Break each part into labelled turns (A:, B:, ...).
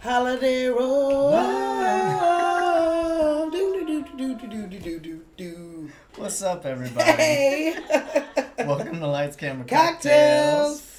A: Holiday Road. Do, do, do, do, do, do, do, do, do.
B: What's up, everybody?
A: Hey.
B: Welcome to Lights Camera Cocktails.
A: Cocktails.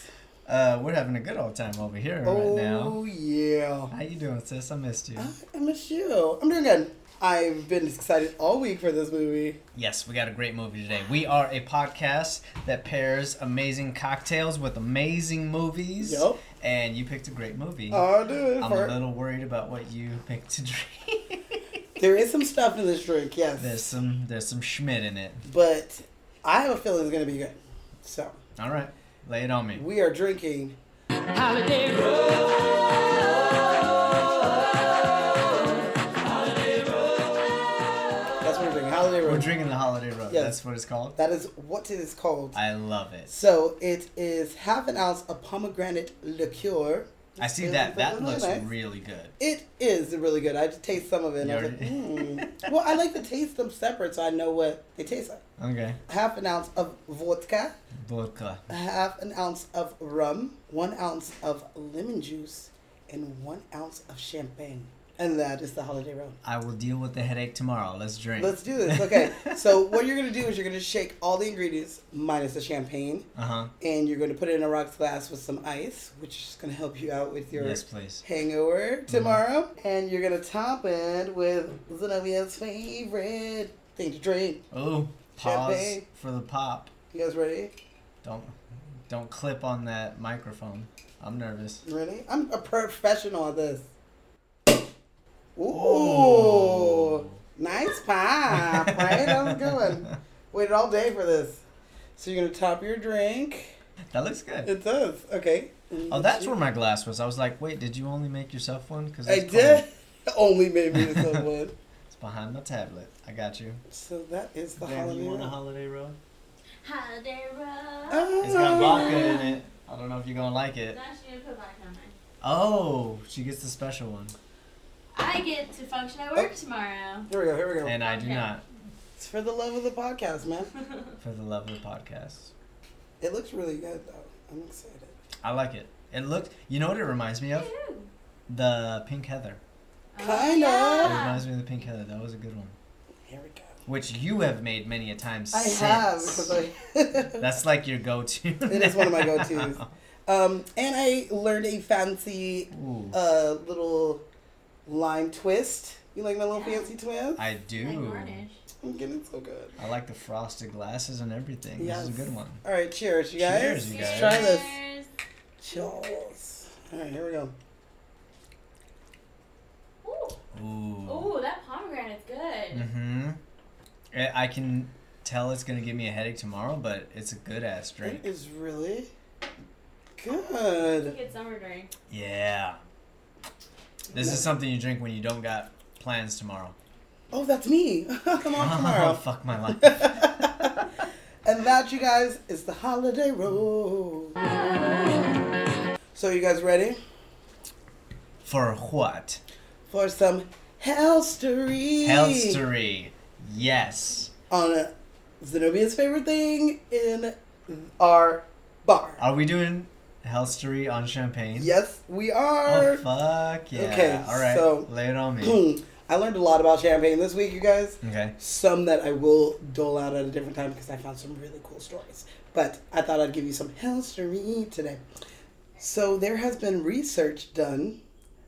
B: Uh, we're having a good old time over here
A: Oh, Uh,
B: right now.
A: yeah.
B: How you doing, sis? I missed you.
A: I miss you. I'm doing good. I've been excited all week for this movie.
B: Yes, we got a great movie today. We are a podcast that pairs amazing cocktails with amazing movies.
A: Yup.
B: And you picked a great movie.
A: I'll do Oh, it
B: I'm
A: for
B: a little worried about what you picked to drink.
A: There is some stuff in this drink, yes.
B: there's some there's some Schmidt in it.
A: But I have a feeling it's going to be good. So,
B: All right, lay it on me.
A: we are drinking
C: Holiday Road.
A: That's what we're drinking. Holiday
B: We're
A: Road.
B: drinking the Holiday Road.
A: Yes.
B: That's what it's called.
A: that is what it is called.
B: I love it.
A: so it is half an ounce of pomegranate liqueur.
B: I see
A: It's
B: that. That
A: really
B: looks
A: nice.
B: really good.
A: It is really good. I just taste some of it and I was like,
B: You
A: hmm. well, I like to taste them separate so I know what they taste like.
B: Okay.
A: Half an ounce of vodka,
B: Vodka.
A: half an ounce of rum, one ounce of lemon juice, and one ounce of champagne. And that is the holiday road.
B: I will deal with the headache tomorrow. Let's drink.
A: Let's do this. Okay. so what you're gonna do is you're gonna shake all the ingredients minus the champagne,
B: Uh huh.
A: and you're gonna put it in a rocks glass with some ice, which is gonna help you out with your
B: Yes, please. Mm-hmm.
A: hangover tomorrow. And you're gonna top it with Zenobia's favorite thing to drink.
B: Oh, pause
A: Champagne.
B: for the pop.
A: You guys ready?
B: Don't don't clip on that microphone. I'm nervous.
A: Ready? I'm a professional at this. Ooh,
B: Oh.
A: nice pop, right? That was good. one. Waited all day for this. So you're gonna top your drink.
B: That looks good.
A: It does. Okay.
B: Oh, that's where my glass was. I was like, wait, did you only make yourself one? Because
A: I did. Only made me the someone.
B: It's behind my tablet. I got you.
A: So that is the
B: Then
A: holiday.
B: you want a
A: roll.
B: holiday roll?
C: Holiday Road.
A: Ah.
B: It's got vodka in it. I don't know if you're gonna like it.
C: Now she didn't put vodka on mine.
B: Oh, she gets the special one,
C: I get to function at work tomorrow.
A: Here we go. Here we go.
B: and I do
C: Okay.
B: not.
A: It's for the love of the podcast, man.
B: For the love of the podcast.
A: It looks really good though. I'm excited.
B: I like it. It looked. You know what it reminds me of?
C: Woo.
B: The Pink Heather.
A: Kinda.
B: It
A: Ah.
C: Oh,
B: reminds me of the Pink Heather. That was a good one.
A: Here we go.
B: Which you have made many a time
A: I
B: since.
A: have because I.
B: That's like your go-to.
A: It is one of my go-tos. um, and I learned a fancy
B: Ooh,
A: uh little lime twist. You like my little fancy twist?
B: I
C: Like
B: do.
C: garnish.
A: I'm getting so good.
B: I like the frosted glasses and everything. This is a
A: Yes.
B: good one.
A: All right, cheers, you guys.
B: Cheers, you
A: Let's
B: guys.
A: try this.
C: Cheers.
A: Cheers. All right, here we go.
C: Ooh.
B: Ooh.
C: Ooh, that pomegranate's good.
B: Mm-hmm. I I can tell it's gonna give me a headache tomorrow, but it's a good ass
A: It
B: drink.
A: is really
C: It's a
A: good.
C: good summer drink.
B: Yeah. This is something you drink when you don't got plans tomorrow.
A: Oh, that's me. Come on tomorrow.
B: Fuck my life.
A: and that, you guys, is the holiday roll. So, you guys ready
B: For what?
A: for some hellstery?
B: Hellstery. Yes.
A: On Zenobia's favorite thing in our bar.
B: Are we doing Hellstery on champagne?
A: Yes, we are.
B: Oh fuck yeah!
A: Okay,
B: all right.
A: so-
B: lay it on me.
A: Boom. I learned a lot about champagne this week, you guys.
B: okay.
A: Some that I will dole out at a different time because I found some really cool stories. But I thought I'd give you some history today. So there has been research done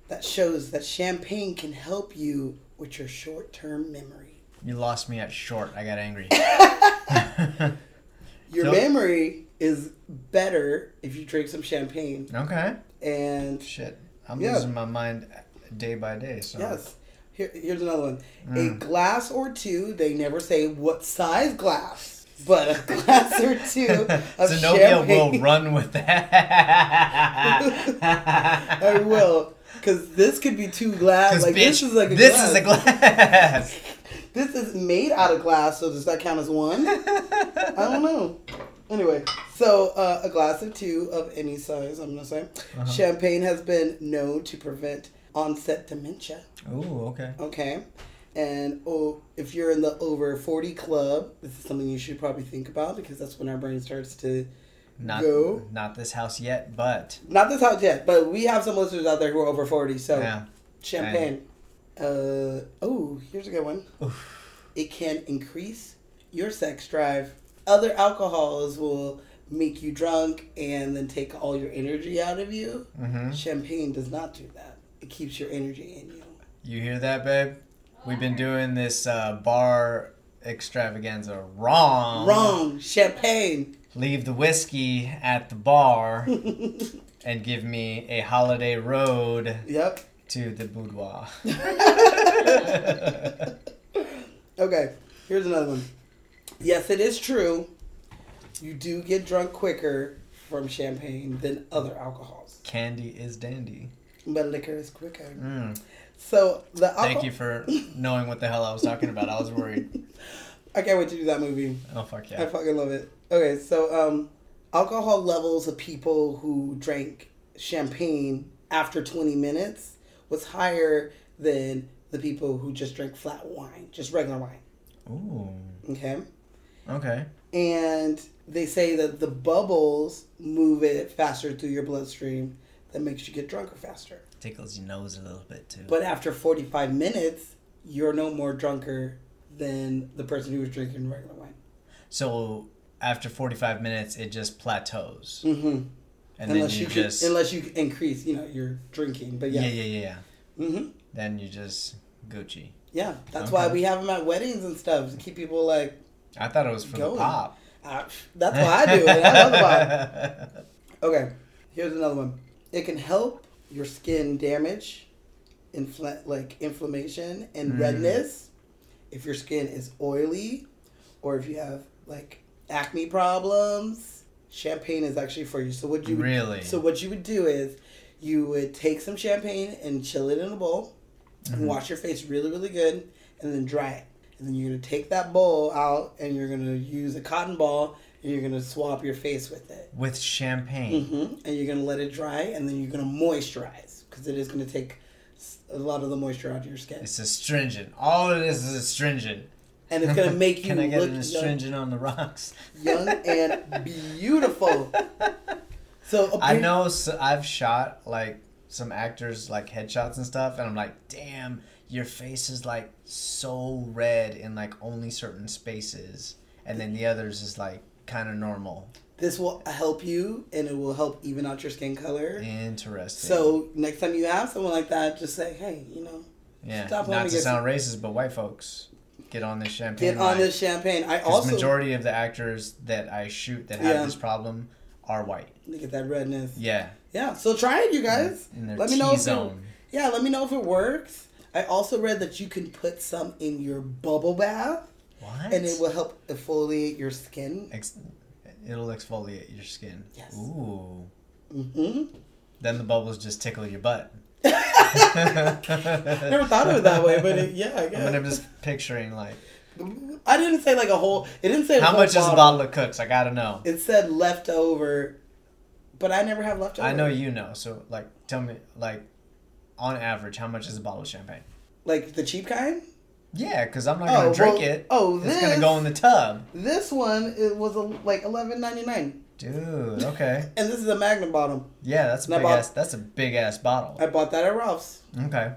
A: that shows that champagne can help you with your short-term memory.
B: You lost me at short. I got angry.
A: Your
B: So-
A: memory is better if you drink some champagne.
B: okay.
A: And
B: Shit. I'm
A: Yeah.
B: losing my mind day by day. So
A: Yes. Here, here's another one. A
B: Hmm.
A: glass or two. They never say what size glass, but a glass or two of
B: Zenobia
A: champagne.
B: will run with that.
A: I will, because this could be two glass.
B: 'Cause,
A: Like this
B: bitch,
A: is like a
B: this
A: glass.
B: is a glass.
A: This is made out of glass, so does that count as one? I don't know. Anyway, so uh, a glass of two of any size. I'm gonna say
B: Uh-huh.
A: champagne has been known to prevent onset dementia.
B: Ooh, okay.
A: Okay. And oh, if you're in the over 40 club, this is something you should probably think about because that's when our brain starts to.
B: Not
A: Go.
B: not this house yet, but
A: Not this house yet, but we have some listeners out there who are over 40, so
B: yeah.
A: Champagne. Uh, oh, here's a good one. It can increase your sex drive. Other alcohols will make you drunk and then take all your energy out of you.
B: Mm-hmm.
A: Champagne does not do that. It keeps your energy in you.
B: You hear that, babe? We've been doing this uh, bar extravaganza wrong.
A: Wrong. Champagne.
B: Leave the whiskey at the bar and give me a holiday road
A: Yep.
B: to the boudoir.
A: Okay, here's another one. Yes, it is true. You do get drunk quicker from champagne than other alcohols,
B: Candy is dandy.
A: but liquor is quicker.
B: Mm.
A: So the alcohol-
B: Thank you for knowing what the hell I was talking about. I was worried.
A: I can't wait to do that movie.
B: Oh fuck
A: I
B: yeah.
A: fucking love it. Okay, so um, alcohol levels of people who drank champagne after 20 minutes was higher than the people who just drank flat wine, just regular wine.
B: Ooh.
A: Okay.
B: Okay.
A: and they say that the bubbles move it faster through your bloodstream that makes you get drunker faster
B: Tickles your nose a little bit too.
A: but after 45 minutes you're no more drunker than the person who was drinking regular wine
B: so after 45 minutes, it just plateaus,
A: mm-hmm.
B: and
A: unless
B: then
A: you,
B: you,
A: could-
B: just
A: unless you increase you know your drinking but yeah
B: yeah. yeah yeah yeah.
A: hmm
B: Then you just Gucci.
A: yeah that's why
B: Okay.
A: we have them at weddings and stuff to keep people like
B: I thought it was for
A: Going.
B: the pop.
A: ah, that's why I do it I love wine Okay, here's another one. It can help your skin damage, infl- like inflammation and
B: Mm.
A: redness, if your skin is oily, or if you have like acne problems. Champagne is actually for you. So what you
B: Really?
A: so what you would do is you would take some champagne and chill it in a bowl,
B: Mhm.
A: and wash your face really really good, and then dry it. And then you're gonna take that bowl out and you're gonna use a cotton ball and you're gonna swab your face with it.
B: With champagne.
A: Mm-hmm. And you're gonna let it dry, and then you're gonna moisturize because it is gonna take s- a lot of the moisture out of your skin,
B: It's astringent. All of this is astringent.
A: and it's gonna make you
B: Can I get
A: look
B: an
A: young,
B: astringent on the rocks?
A: young and beautiful. So a
B: I
A: pre-
B: know s I've shot like some actors like headshots and stuff, and I'm like, damn, your face is like so red in like only certain spaces, and then the others is like kind of normal.
A: this will help you, and it will help even out your skin color.
B: Interesting.
A: So next time you have someone like that, just say, "Hey, you know,
B: yeah,
A: stop
B: not
A: wanting
B: to
A: to get-
B: sound racist, but white folks get on this champagne.
A: get on
B: line.
A: this champagne." I
B: 'Cause
A: also
B: majority of the actors that I shoot that have
A: Yeah.
B: this problem are white.
A: look at that redness.
B: Yeah,
A: Yeah, so try it, you guys.
B: in their
A: Let
B: T
A: me know if it-
B: zone.
A: Yeah, let me know if it works. I also read that you can put some in your bubble bath.
B: What?
A: and it will help exfoliate your skin.
B: Ex- it'll exfoliate your skin.
A: Yes.
B: Ooh.
A: hmm
B: Mm-hmm. Then the bubbles just tickle your butt.
A: Never thought of it that way, but it, yeah, I
B: I mean, I'm
A: guess.
B: just picturing like
A: I didn't say like a whole. It didn't say a
B: how
A: whole
B: much is a
A: bottle.
B: bottle of Cooks? I gotta know.
A: It said leftover, but I never have leftover.
B: I know you know, so like tell me like on average how much is a bottle of champagne?
A: Like the cheap kind.
B: Yeah, because I'm not
A: Oh,
B: gonna drink
A: well,
B: it.
A: oh,
B: it's
A: this-
B: gonna go in the tub,
A: This one it was a, like eleven ninety nine,
B: dude. Okay,
A: and this is a Magnum bottom.
B: yeah, that's a
A: Now,
B: big
A: Bob-
B: ass. That's a big ass bottle.
A: I bought that at Ralph's.
B: Okay,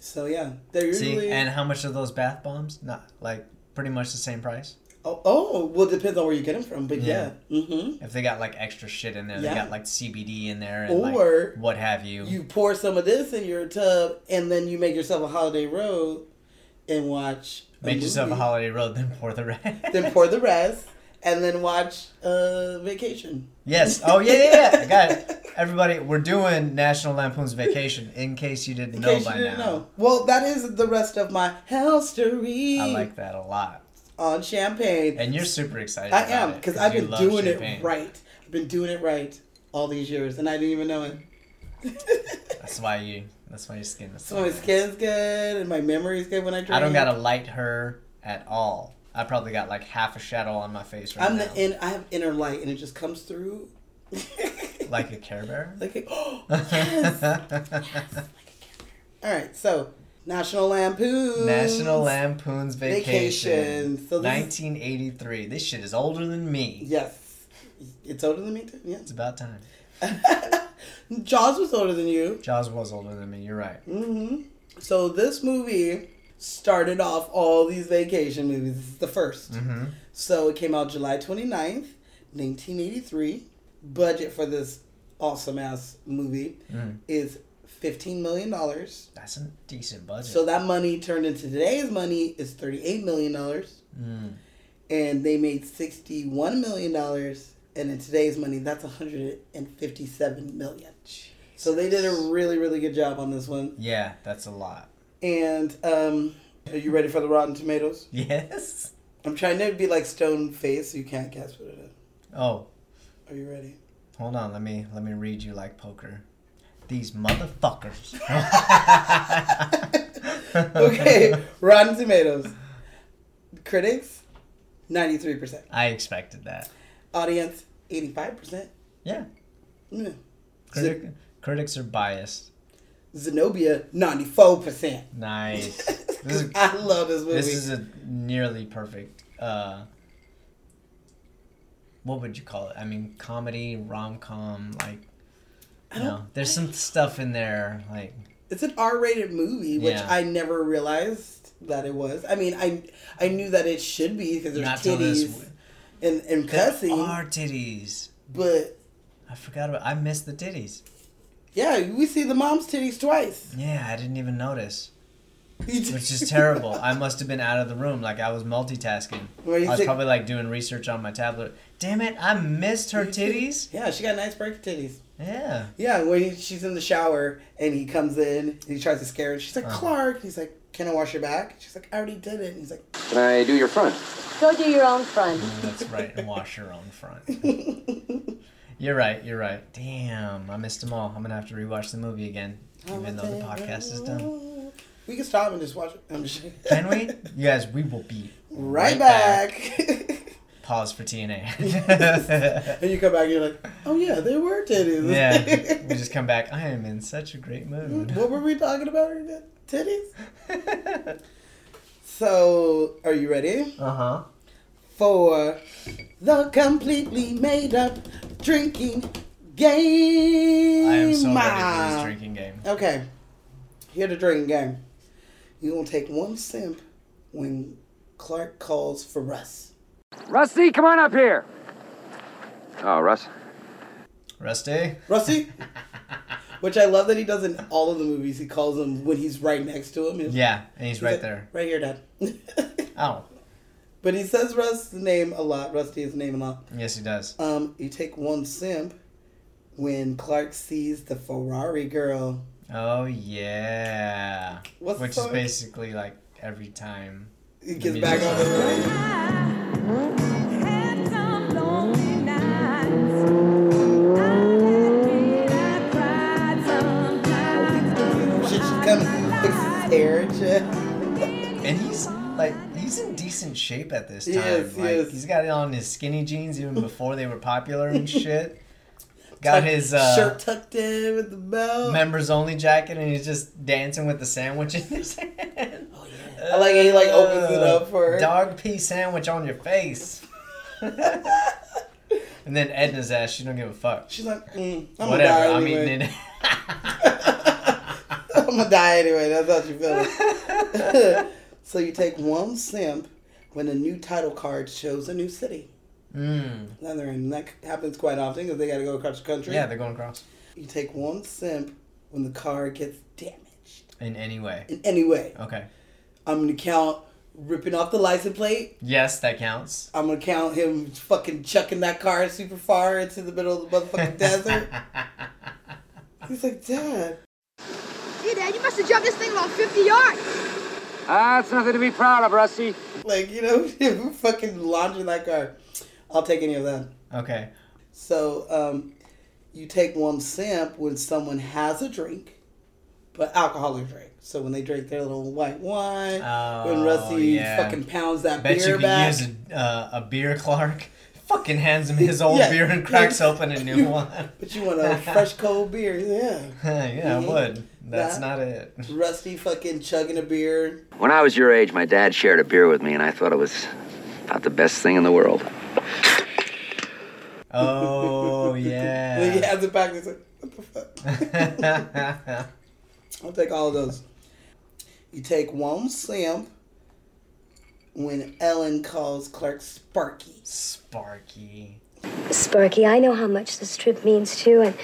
A: So yeah, they're usually.
B: see, and how much are those bath bombs? Not like pretty much the same price.
A: oh, oh, well, it depends on where you get them from, but yeah.
B: Yeah.
A: hmm
B: If they got like extra shit in there,
A: Yeah.
B: they got like CBD in there and like
A: Or
B: what have you.
A: you pour some of this in your tub, and then you make yourself a holiday road, and watch.
B: Make yourself a
A: movie.
B: holiday road, then pour the rest.
A: then pour the rest, and then watch uh, Vacation.
B: yes. Oh yeah, yeah, yeah. I got it. Everybody, we're doing National Lampoon's Vacation. In case you didn't
A: In
B: know
A: case you
B: by
A: didn't
B: now,
A: know. Well, that is the rest of my history
B: I like that a lot,
A: on champagne.
B: and you're super excited.
A: I
B: about
A: am
B: it,
A: because I've
B: you
A: been
B: love
A: doing
B: champagne.
A: it right. I've been doing it right all these years, and I didn't even know it.
B: That's why you. That's why your skin is.
A: so my
B: nice.
A: skin's good, and my memory's good when I drink.
B: I don't gotta light her at all. I probably got like half a shadow on my face right
A: I'm
B: now,
A: the in. I have inner light, and it just comes through.
B: like a Care Bear.
A: like it, yes. All right, so National Lampoon.
B: National Lampoon's Vacation,
A: Vacation. So this is-
B: 1983. This shit is older than me.
A: Yes. It's older than me too.
B: It's about time.
A: Yeah. Jaws was older than you.
B: Jaws was older than me. You're right.
A: Mm-hmm. So this movie started off all these vacation movies. This is the 1st
B: Mm-hmm.
A: So it came out July 29th, 1983. Budget for this awesome ass movie
B: Mm.
A: is $15 million.
B: That's a decent budget.
A: So that money turned into today's money is $38 million.
B: mm.
A: And they made $61 million. And in today's money, that's $157 million. So they did a really, really good job on this one.
B: Yeah, that's a lot.
A: And um, are you ready for the Rotten Tomatoes?
B: Yes.
A: I'm trying to be like stone faced so you can't guess what it is.
B: Oh,
A: Are you ready?
B: hold on. Let me let me read you like poker. These motherfuckers.
A: Okay, Rotten Tomatoes. Critics, 93%.
B: I expected that.
A: Audience, Hmm. 85%.
B: Yeah.
A: Yeah.
B: Critic, critics are biased.
A: Zenobia, 94%.
B: Nice. This is,
A: I love this movie.
B: this is a nearly perfect. Uh, what would you call it? I mean, comedy, rom com, like.
A: I
B: You
A: don't-
B: know, there's some stuff in there, like
A: it's an R-rated movie, which
B: Yeah.
A: I never realized that it was. I mean, I I knew that it should be because there's
B: not till this.
A: titties and, and
B: There
A: cussing,
B: are titties.
A: but
B: I forgot about. I missed the titties.
A: yeah, we see the mom's titties twice.
B: Yeah, I didn't even notice, which is terrible. I must have been out of the room. Like I was multitasking.
A: Well,
B: I
A: you
B: was
A: took-
B: probably like doing research on my tablet. Damn it! I missed her titties.
A: Yeah, she got nice bright titties.
B: Yeah.
A: Yeah, when he, she's in the shower and he comes in and he tries to scare her. She's like,
B: Uh-huh.
A: Clark. He's like, Can I wash your back? She's like, I already did it. And he's like,
D: Can I do your front?
E: Go do your own front.
B: Mm, That's right. And wash your own front. You're right. You're right. Damn, I missed them all. I'm gonna have to rewatch the movie again, even though the podcast is done.
A: We can stop and just watch it. I'm just
B: Can we? You guys, we will be
A: right, back.
B: Pause for TNA.
A: and you come back and you're like, Oh, yeah, there were titties.
B: yeah, we just come back. I am in such a great mood.
A: what were we talking about? right now? Titties? So, are you ready
B: uh huh.
A: for the completely made up drinking game? Ah.
B: I am
A: Mmm,
B: so ready for this drinking game.
A: Okay. Here the drinking game. You're gonna take one sip when Clark calls for Russ.
D: Rusty, come on up here. Oh, Russ.
B: Rusty?
A: Rusty? Which I love that he does in all of the movies. He calls him when he's right next to him. He's-
B: Yeah, and he's
A: he's
B: right
A: like,
B: there.
A: Right here, Dad.
B: Oh,
A: but he says Russ's name a lot, Rusty's name a lot.
B: yes, he does.
A: Um, you take one sip when Clark sees the Ferrari girl.
B: Oh, yeah.
A: What's the
B: Which is
A: song?
B: basically like every time.
A: He gets back on the road. Shit, she's coming. Like, stare at you.
B: And he's like, he's in decent shape at this time.
A: He is, he
B: like,
A: is.
B: he's got on his skinny jeans even before they were popular and shit. Got his uh,
A: shirt tucked in with the belt.
B: members only jacket and he's just dancing with the sandwich in his hand. Uh,
A: Oh, yeah. I like it. He like opens it up for her.
B: Dog pea sandwich on your face. and then Edna's ass, she don't give a fuck.
A: She's like, mm, I'm gonna
B: Whatever,
A: die
B: I'm
A: anyway.
B: eating it.
A: I'm gonna die anyway. That's how she feels. so you take one simp when a new title card shows a new city.
B: mm.
A: Now they're in. That happens quite often because they gotta go across the country.
B: Yeah, they're going across.
A: You take one simp when the car gets damaged
B: In any way.
A: in any way.
B: Okay.
A: I'm gonna count ripping off the license plate.
B: Yes, that counts.
A: I'm gonna count him fucking chucking that car super far into the middle of the motherfucking desert. He's like, Dad.
F: Hey, Dad, you must have jumped this thing about 50 yards.
D: Ah, it's nothing to be proud of, Rusty.
A: Like, you know, fucking launching that car. I'll take any of that.
B: Okay.
A: So, um, you take one sip when someone has a drink, but alcoholic drink. So when they drink their little white wine, when
B: Oh,
A: Rusty
B: yeah.
A: fucking pounds that
B: Bet
A: beer
B: you could
A: back.
B: use a, uh, a beer, Clark. Fucking hands him his old
A: Yeah.
B: beer and cracks open a new one.
A: But you want a fresh cold beer, yeah.
B: yeah, I would. That's
A: Nah.
B: not it.
A: Rusty fucking chugging a beer.
D: When I was your age, my dad shared a beer with me, and I thought it was about the best thing in the world.
B: Oh,
A: And he
B: yeah.
A: has it back. And he's like, what the fuck? I'll take all of those. You take one sip when Ellen calls Clark Sparky.
B: Sparky.
E: Sparky, I know how much this trip means to you and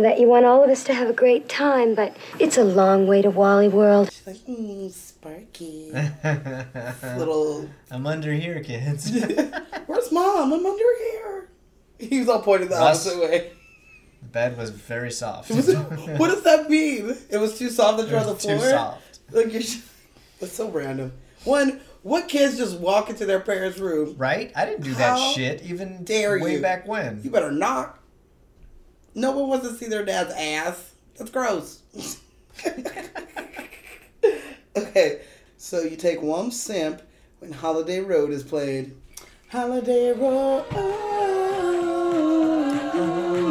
E: that you want all of us to have a great time, but it's a long way to Wally World.
A: She's like, mm, Sparky.
B: I'm
A: Little,
B: under here, kids. the
A: where's mom? I'm under here. He was all pointing the
B: Russ.
A: opposite way.
B: bed was very soft.
A: It was- what does that mean? It was too soft that
B: It
A: you're on the
B: was
A: floor?
B: too soft.
A: Like you're just, that's so random. One, what kids just walk into their parents' room?
B: Right? I didn't do that
A: How
B: shit even
A: dare
B: way
A: you.
B: back when.
A: You better knock. No one wants to see their dad's ass. That's gross. okay, so you take one simp when Holiday Road is played. Holiday Road.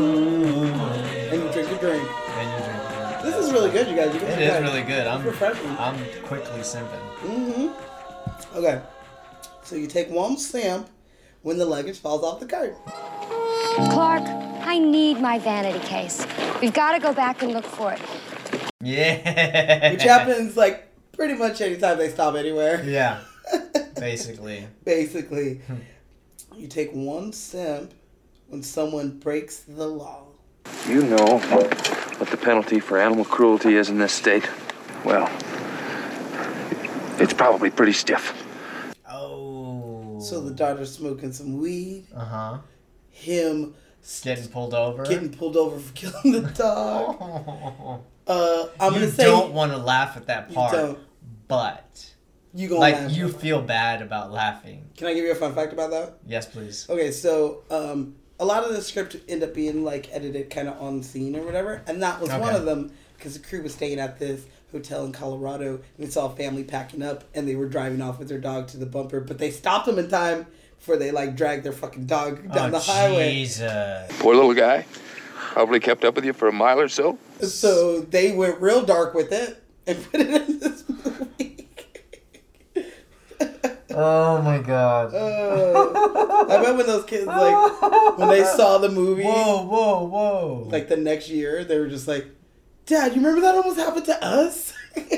A: And you drink your drink.
B: And you drink
A: This is really good, you guys. You
B: it.
A: guys
B: It is really good. I'm
A: refreshing.
B: I'm quickly simping.
A: Mm-hmm. Okay. So you take one stamp when the luggage falls off the cart.
E: Clark, I need my vanity case. We've got to go back and look for it.
B: Yeah.
A: Which happens like pretty much anytime they stop anywhere.
B: Yeah. Basically.
A: Basically.
B: Hmm.
A: You take one stamp when someone breaks the law.
G: You know what the penalty for animal cruelty is in this state. Well, it's probably pretty stiff.
B: Oh.
A: So the daughter's smoking some weed,
B: Uh huh.
A: him
B: Getting pulled over.
A: getting pulled over for killing the dog.
B: Oh.
A: Uh, I'm
B: you
A: gonna say
B: don't want to laugh at that
A: You
B: part,
A: don't.
B: but
A: you gonna
B: like
A: laugh.
B: you feel bad about laughing.
A: Can I give you a fun fact about that?
B: Yes, please.
A: Okay, so um, a lot of the script end up being like edited kind of on scene or whatever, and that was one
B: Okay.
A: of them because the crew was staying at this hotel in Colorado and they saw a family packing up and they were driving off with their dog to the bumper, but they stopped them in time before they like dragged their fucking dog down the
B: oh,
A: highway.
B: Jesus.
H: Poor little guy. Probably kept up with you for a mile or so.
A: So they went real dark with it and put it in this movie.
B: Oh my God.
A: Uh, I bet when those kids like when they saw the movie.
B: whoa, whoa, whoa.
A: like the next year they were just like dad you remember that almost happened to us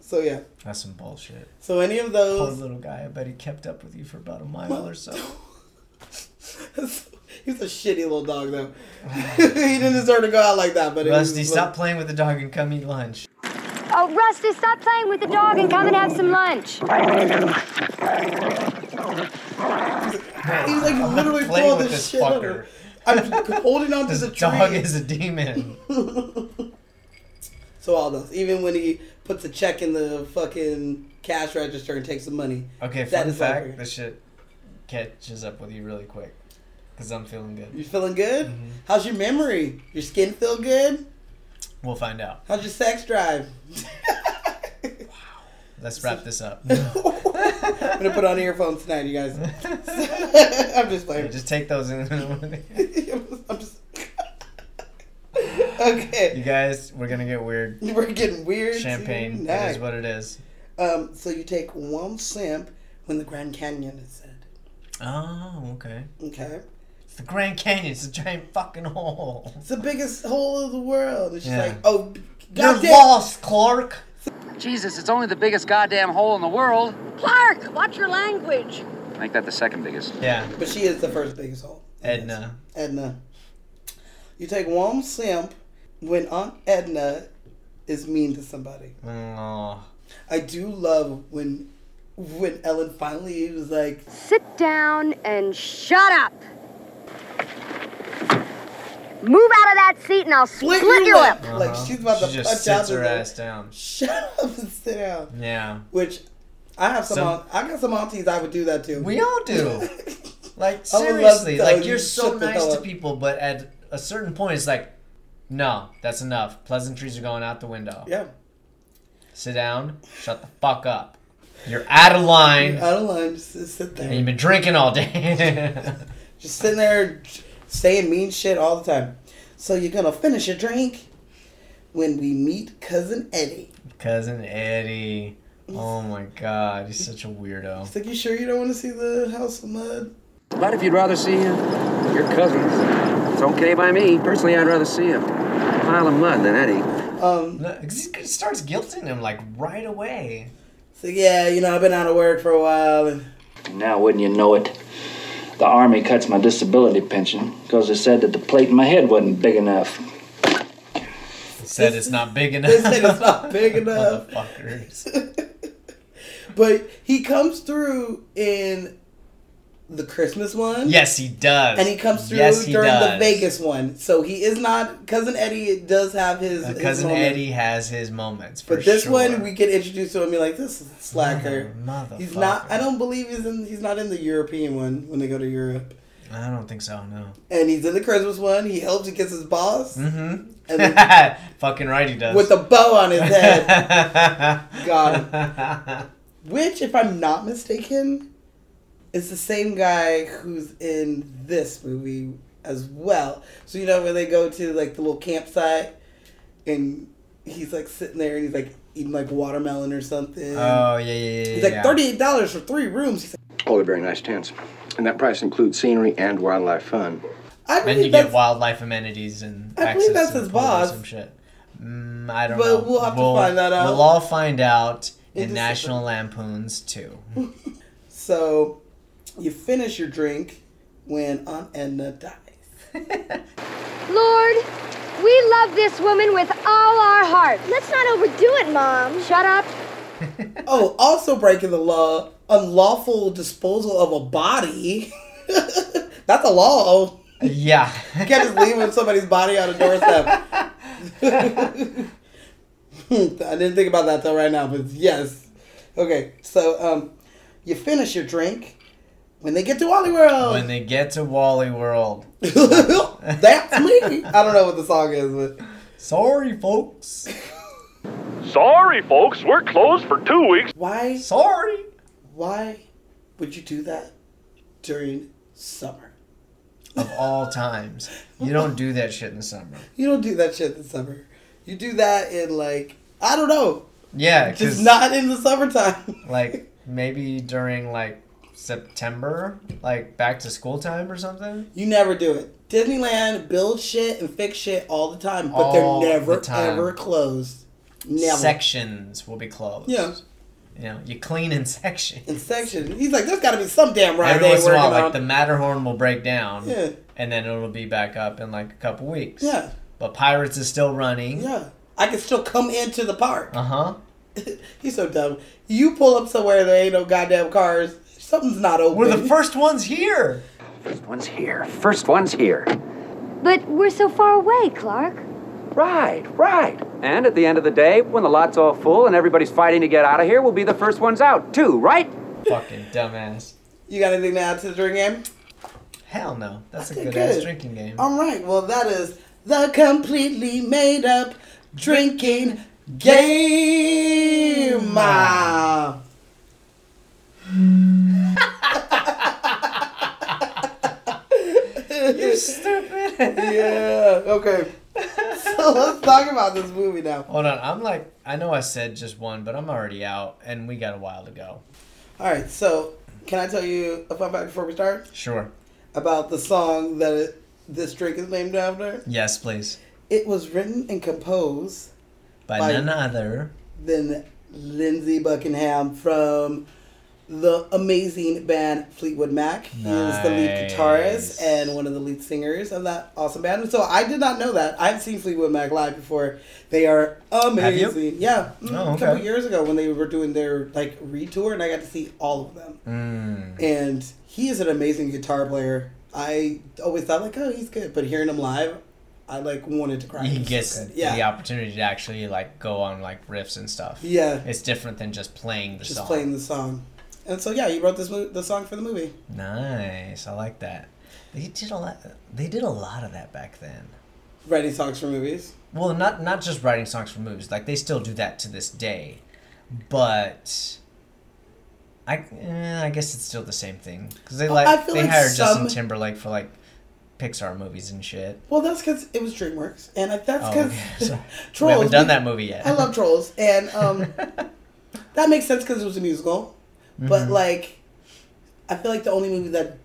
A: so yeah
B: that's some bullshit.
A: so any of
B: Poor
A: those
B: little guy. I bet he kept up with you for about a mile or so.
A: he was a shitty little dog though he didn't deserve to go out like that but it was
B: Rusty,
A: just
B: stop playing with the dog and come eat lunch.
E: Oh, Rusty, stop playing with the dog and come and have some lunch.
A: like, he's like literally
B: Play
A: pulling
B: with
A: the
B: this
A: shit out of
B: fucker.
A: him. i'm holding on to
B: This
A: the
B: dog
A: tree
B: is a demon.
A: so all those even when he puts a check in the fucking cash register and takes the money
B: Okay,
A: That
B: fun
A: is all for you.
B: fact. This shit catches up with you really quick. Because I'm feeling good.
A: you feeling good
B: Mm-hmm.
A: how's your memory your skin feel good
B: We'll find out.
A: how's your sex drive
B: Let's wrap this up.
A: I'm gonna put on earphones tonight, you guys. I'm just playing.
B: Just take those in.
A: I'm just. okay.
B: you guys, we're gonna get weird.
A: We're getting weird.
B: Champagne. It
A: tonight.
B: is what it is.
A: um, so you take one sip when the Grand Canyon is said.
B: Oh, okay.
A: Okay.
B: It's the Grand Canyon. It's a giant fucking hole.
A: It's the biggest hole of the world. And she's
B: Yeah.
A: like, oh,
B: You're
A: God
B: lost, Clark.
D: Jesus, it's only the biggest goddamn hole in the world.
E: Clark, watch your language.
D: Make that the second biggest.
B: Yeah,
A: But she is the first biggest hole.
B: Edna.
A: Edna. You take one sip when Aunt Edna is mean to somebody.
B: Oh,
A: I do love when when Ellen finally was like,
E: Sit down and shut up. Move out of that seat and I'll
A: "Split
E: split your lip.
A: Like
B: uh-huh.
A: she's about
B: she
A: to
B: just
A: punch
B: sits
A: out the
B: her
A: room.
B: ass down.
A: Shut up and sit down.
B: Yeah,
A: Which I have some,
B: Some-
A: aunt, I got some aunties I would do that too.
B: we all do. Like
A: I would love
B: seriously,
A: to tell
B: like
A: you
B: you're so
A: shut the
B: nice
A: hell
B: to
A: up.
B: people, but at a certain point, it's like, no, that's enough. Pleasantries are going out the window.
A: yeah.
B: Sit down. Shut the fuck up. You're out of line.
A: Out of line, just sit- sit
B: And you've
A: there.
B: been drinking all day.
A: Just sitting there saying mean shit all the time. So you're gonna finish your drink when we meet cousin Eddie.
B: Cousin Eddie. Oh my god, he's such a weirdo.
A: It's like you sure you don't wanna see the house of mud?
D: But if you'd rather see uh, your cousins, it's okay by me. Personally, I'd rather see them.
G: pile of mud than Eddie.
A: Um,
B: No, 'cause he g- starts guilting him like right away.
A: so yeah, you know, I've been out of work for a while. And
I: Now, wouldn't you know it, the Army cuts my disability pension because they said that the plate in my head wasn't big enough.
B: Said it's not big enough.
A: they said it's not big enough.
B: Motherfuckers.
A: But he comes through in the Christmas one.
B: Yes, he does.
A: And he comes through
B: Yes, he
A: during the
B: does.
A: Vegas one. So he is not cousin Eddie does have his,
B: Uh,
A: his
B: Cousin
A: moment.
B: Eddie has his moments. For
A: But this
B: sure.
A: one we get introduced to him be like, this is a slacker.
B: Mother-
A: He's not
B: motherfucker.
A: I don't believe he's in he's not in the European one when they go to Europe.
B: I don't think so. No.
A: And he's in the Christmas one, he helps against his boss
B: Mm-hmm.
A: and then
B: Fucking right, he does.
A: with a bow on his head. Got
B: him.
A: Which, if I'm not mistaken, is the same guy who's in this movie as well. So you know when they go to like the little campsite and he's like sitting there and he's like eating like watermelon or something.
B: Oh yeah, yeah, yeah.
A: he's
B: yeah,
A: like thirty eight dollars for three rooms. He's like,
J: All are very nice tents. And that price includes scenery and wildlife fun.
A: I
B: Then you
A: believe
B: get
A: that's
B: wildlife amenities and
A: I believe that's
B: access to the
A: his
B: pool or
A: boss.
B: Some shit. Mm, I don't
A: But
B: know.
A: we'll have to find that out.
B: We'll all find out
A: In
B: in,
A: December.
B: National Lampoons too.
A: so. You finish your drink when Aunt Edna dies.
E: Lord, we love this woman with all our heart. Let's not overdo it, Mom. Shut up.
A: Oh, also breaking the law, unlawful disposal of a body. that's a law.
B: yeah.
A: You can't just leave with somebody's body on a doorstep. I didn't think about that till right now, but yes. Okay, so um, you finish your drink when they get to Wally World.
B: when they get to Wally World.
A: That's me. I don't know what the song is, but
B: Sorry, folks.
G: Sorry, folks, we're closed for two weeks.
A: why?
B: Sorry.
A: Why would you do that during summer?
B: Of all times, you don't do that shit in the summer.
A: You don't do that shit in summer. You do that in like I don't know,
B: Yeah,
A: just
B: because
A: not in the summertime.
B: like maybe during like September, like back to school time or something.
A: You never do it. Disneyland builds shit and fix shit all the time, but
B: All
A: they're never
B: the time.
A: ever closed. Never.
B: Sections will be closed.
A: Yeah.
B: You know, you clean in sections.
A: In section, he's like, there's got to be some damn right
B: Every
A: they
B: once in a
A: working
B: while, like
A: on.
B: the Matterhorn will break down,
A: Yeah.
B: and then it'll be back up in like a couple weeks.
A: Yeah.
B: But Pirates is still running.
A: yeah, I can still come into the park.
B: Uh huh.
A: He's so dumb. You pull up somewhere there ain't no goddamn cars. Something's not open.
B: We're the first ones here.
D: First one's here. First one's here.
E: But we're so far away, Clark.
D: Right, right. And at the end of the day, when the lot's all full and everybody's fighting to get out of here, we'll be the first ones out, too, right?
B: Fucking dumbass.
A: You got anything to add to the drink game?
B: Hell no. That's a
A: Okay,
B: good, ass
A: good.
B: drinking game.
A: All right. Well, that is the completely made up drinking game. Ah.
B: You're stupid.
A: yeah. Okay. So let's talk about this movie now.
B: Hold on. I'm like, I know I said just one, but I'm already out, and we got a while to go.
A: All right. So can I tell you a fun fact before we start
B: Sure.
A: about the song that it, this drink is named after?
B: Yes, please.
A: It was written and composed
B: By
A: By-
B: none other.
A: than Lindsey Buckingham from the amazing band Fleetwood Mac. He is the lead
B: Nice.
A: guitarist and one of the lead singers of that awesome band. And so I did not know that. I've seen Fleetwood Mac live before. They are
B: Have you?
A: amazing. Yeah, mm,
B: Oh,
A: a couple
B: okay.
A: years ago when they were doing their like retour, and I got to see all of them.
B: Mm.
A: And he is an amazing guitar player. I always thought like, oh, he's good, but hearing him live, I like wanted to cry.
B: He
A: He's so
B: gets
A: good.
B: the opportunity to actually like go on like riffs and stuff.
A: Yeah.
B: It's different than just playing the
A: just
B: song.
A: playing the song. And so yeah, he wrote this mo- the song for the movie.
B: Nice. I like that. They did a lot. They did a lot of that back then.
A: Writing songs for movies.
B: Well, not not just writing songs for movies. Like they still do that to this day, but I eh, I guess it's still the same thing because they
A: I
B: like
A: feel
B: they
A: like
B: hired
A: some-
B: Justin Timberlake for like Pixar movies and shit.
A: Well, that's because it was DreamWorks, and that's
B: Oh,
A: because
B: okay. So, we
A: Trolls.
B: haven't done that movie yet.
A: I love Trolls, and um, that makes sense because it was a musical.
B: Mm-hmm.
A: But like, I feel like the only movie that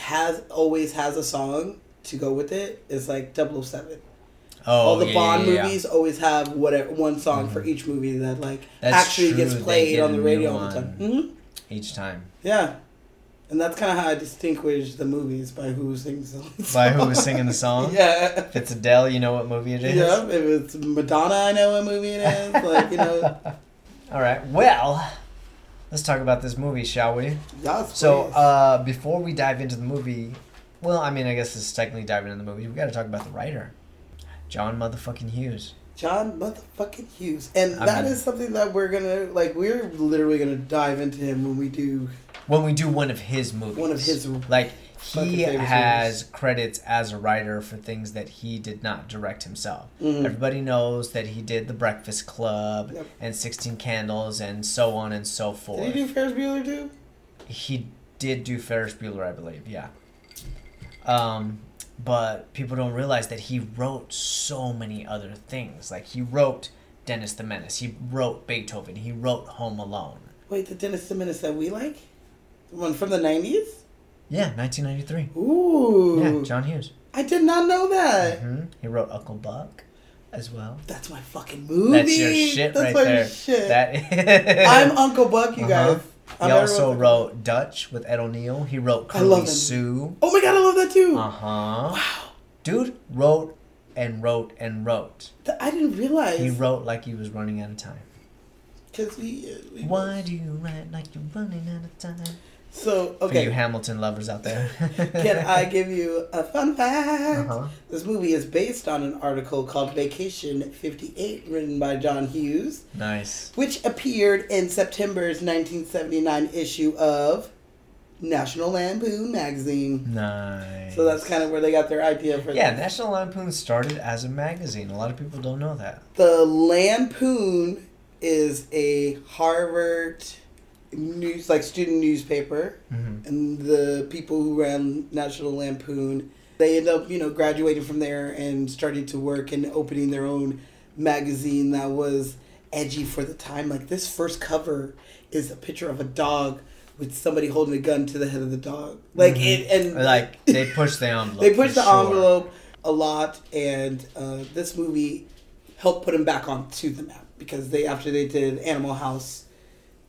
A: has always has a song to go with it is like 007.
B: Oh,
A: All the
B: yeah,
A: Bond
B: yeah, yeah.
A: movies always have whatever one song for each movie that like
B: That's
A: actually
B: true,
A: gets
B: they
A: played
B: get
A: on
B: a
A: the
B: new
A: radio all the
B: one.
A: time. hmm
B: each time
A: Yeah, and that's kind of how I distinguish the movies by who sings the
B: by who was singing the song.
A: Yeah.
B: If it's Adele, you know what movie it is.
A: Yeah, if it's Madonna, I know what movie it is. Like you know,
B: All right. Well, let's talk about this movie, shall we?
A: yes,
B: So,
A: please.
B: uh, before we dive into the movie, well, I mean, I guess this is technically diving into the movie. We got to talk about the writer, John motherfucking Hughes.
A: John motherfucking Hughes, and that
B: I
A: is
B: mean-
A: something that we're gonna like. We're literally gonna dive into him when we do.
B: When we do one of his movies,
A: One of his
B: like
A: fucking
B: he
A: favorite
B: has credits as a writer for things that he did not direct himself. Everybody knows that he did The Breakfast Club
A: Mm-hmm. Yep.
B: and Sixteen Candles and so on and so forth.
A: Did he do Ferris Bueller too?
B: he did do Ferris Bueller, I believe. Yeah. Um, but people don't realize that he wrote so many other things. Like he wrote Dennis the Menace. He wrote Beethoven. He wrote Home Alone.
A: Wait, the Dennis the Menace that we like, the one from the nineties.
B: Yeah, 1993.
A: Ooh,
B: Yeah, John Hughes.
A: I did not know that.
B: hmm He wrote Uncle Buck as well.
A: That's my fucking movie.
B: That's your shit
A: That's
B: right
A: my
B: there.
A: Shit.
B: That
A: I'm Uncle Buck, you
B: Uh-huh.
A: guys.
B: He
A: I'm
B: also
A: everyone's-
B: wrote Dutch with Ed O'Neill. He wrote
A: I love
B: Curly
A: him.
B: Sue.
A: Oh my god, I love that too.
B: Uh huh. Wow. Dude wrote and wrote and wrote.
A: Th- I didn't realize.
B: He wrote like he was running out of time.
A: Cause we, uh, we
B: Why do you write like you're running out of time?
A: So
B: For you
A: okay,
B: Hamilton lovers out there.
A: can I give you a fun fact?
B: Uh-huh.
A: This movie is based on an article called Vacation '58, written by John Hughes,
B: Nice.
A: which appeared in September's 1979 issue of National Lampoon magazine.
B: Nice.
A: So that's kind of where they got their idea for
B: Yeah,
A: this.
B: National Lampoon started as a magazine. A lot of people don't know that.
A: The Lampoon is a Harvard news like student newspaper, and the people who ran National Lampoon they end up you know graduating from there and starting to work and opening their own magazine that was edgy for the time. Like this first cover is a picture of a dog with somebody holding a gun to the head of the dog. Like it and
B: Like they pushed the envelope.
A: they pushed
B: for
A: the
B: sure.
A: envelope a lot, and uh, this movie helped put him back onto the map because they after they did Animal House,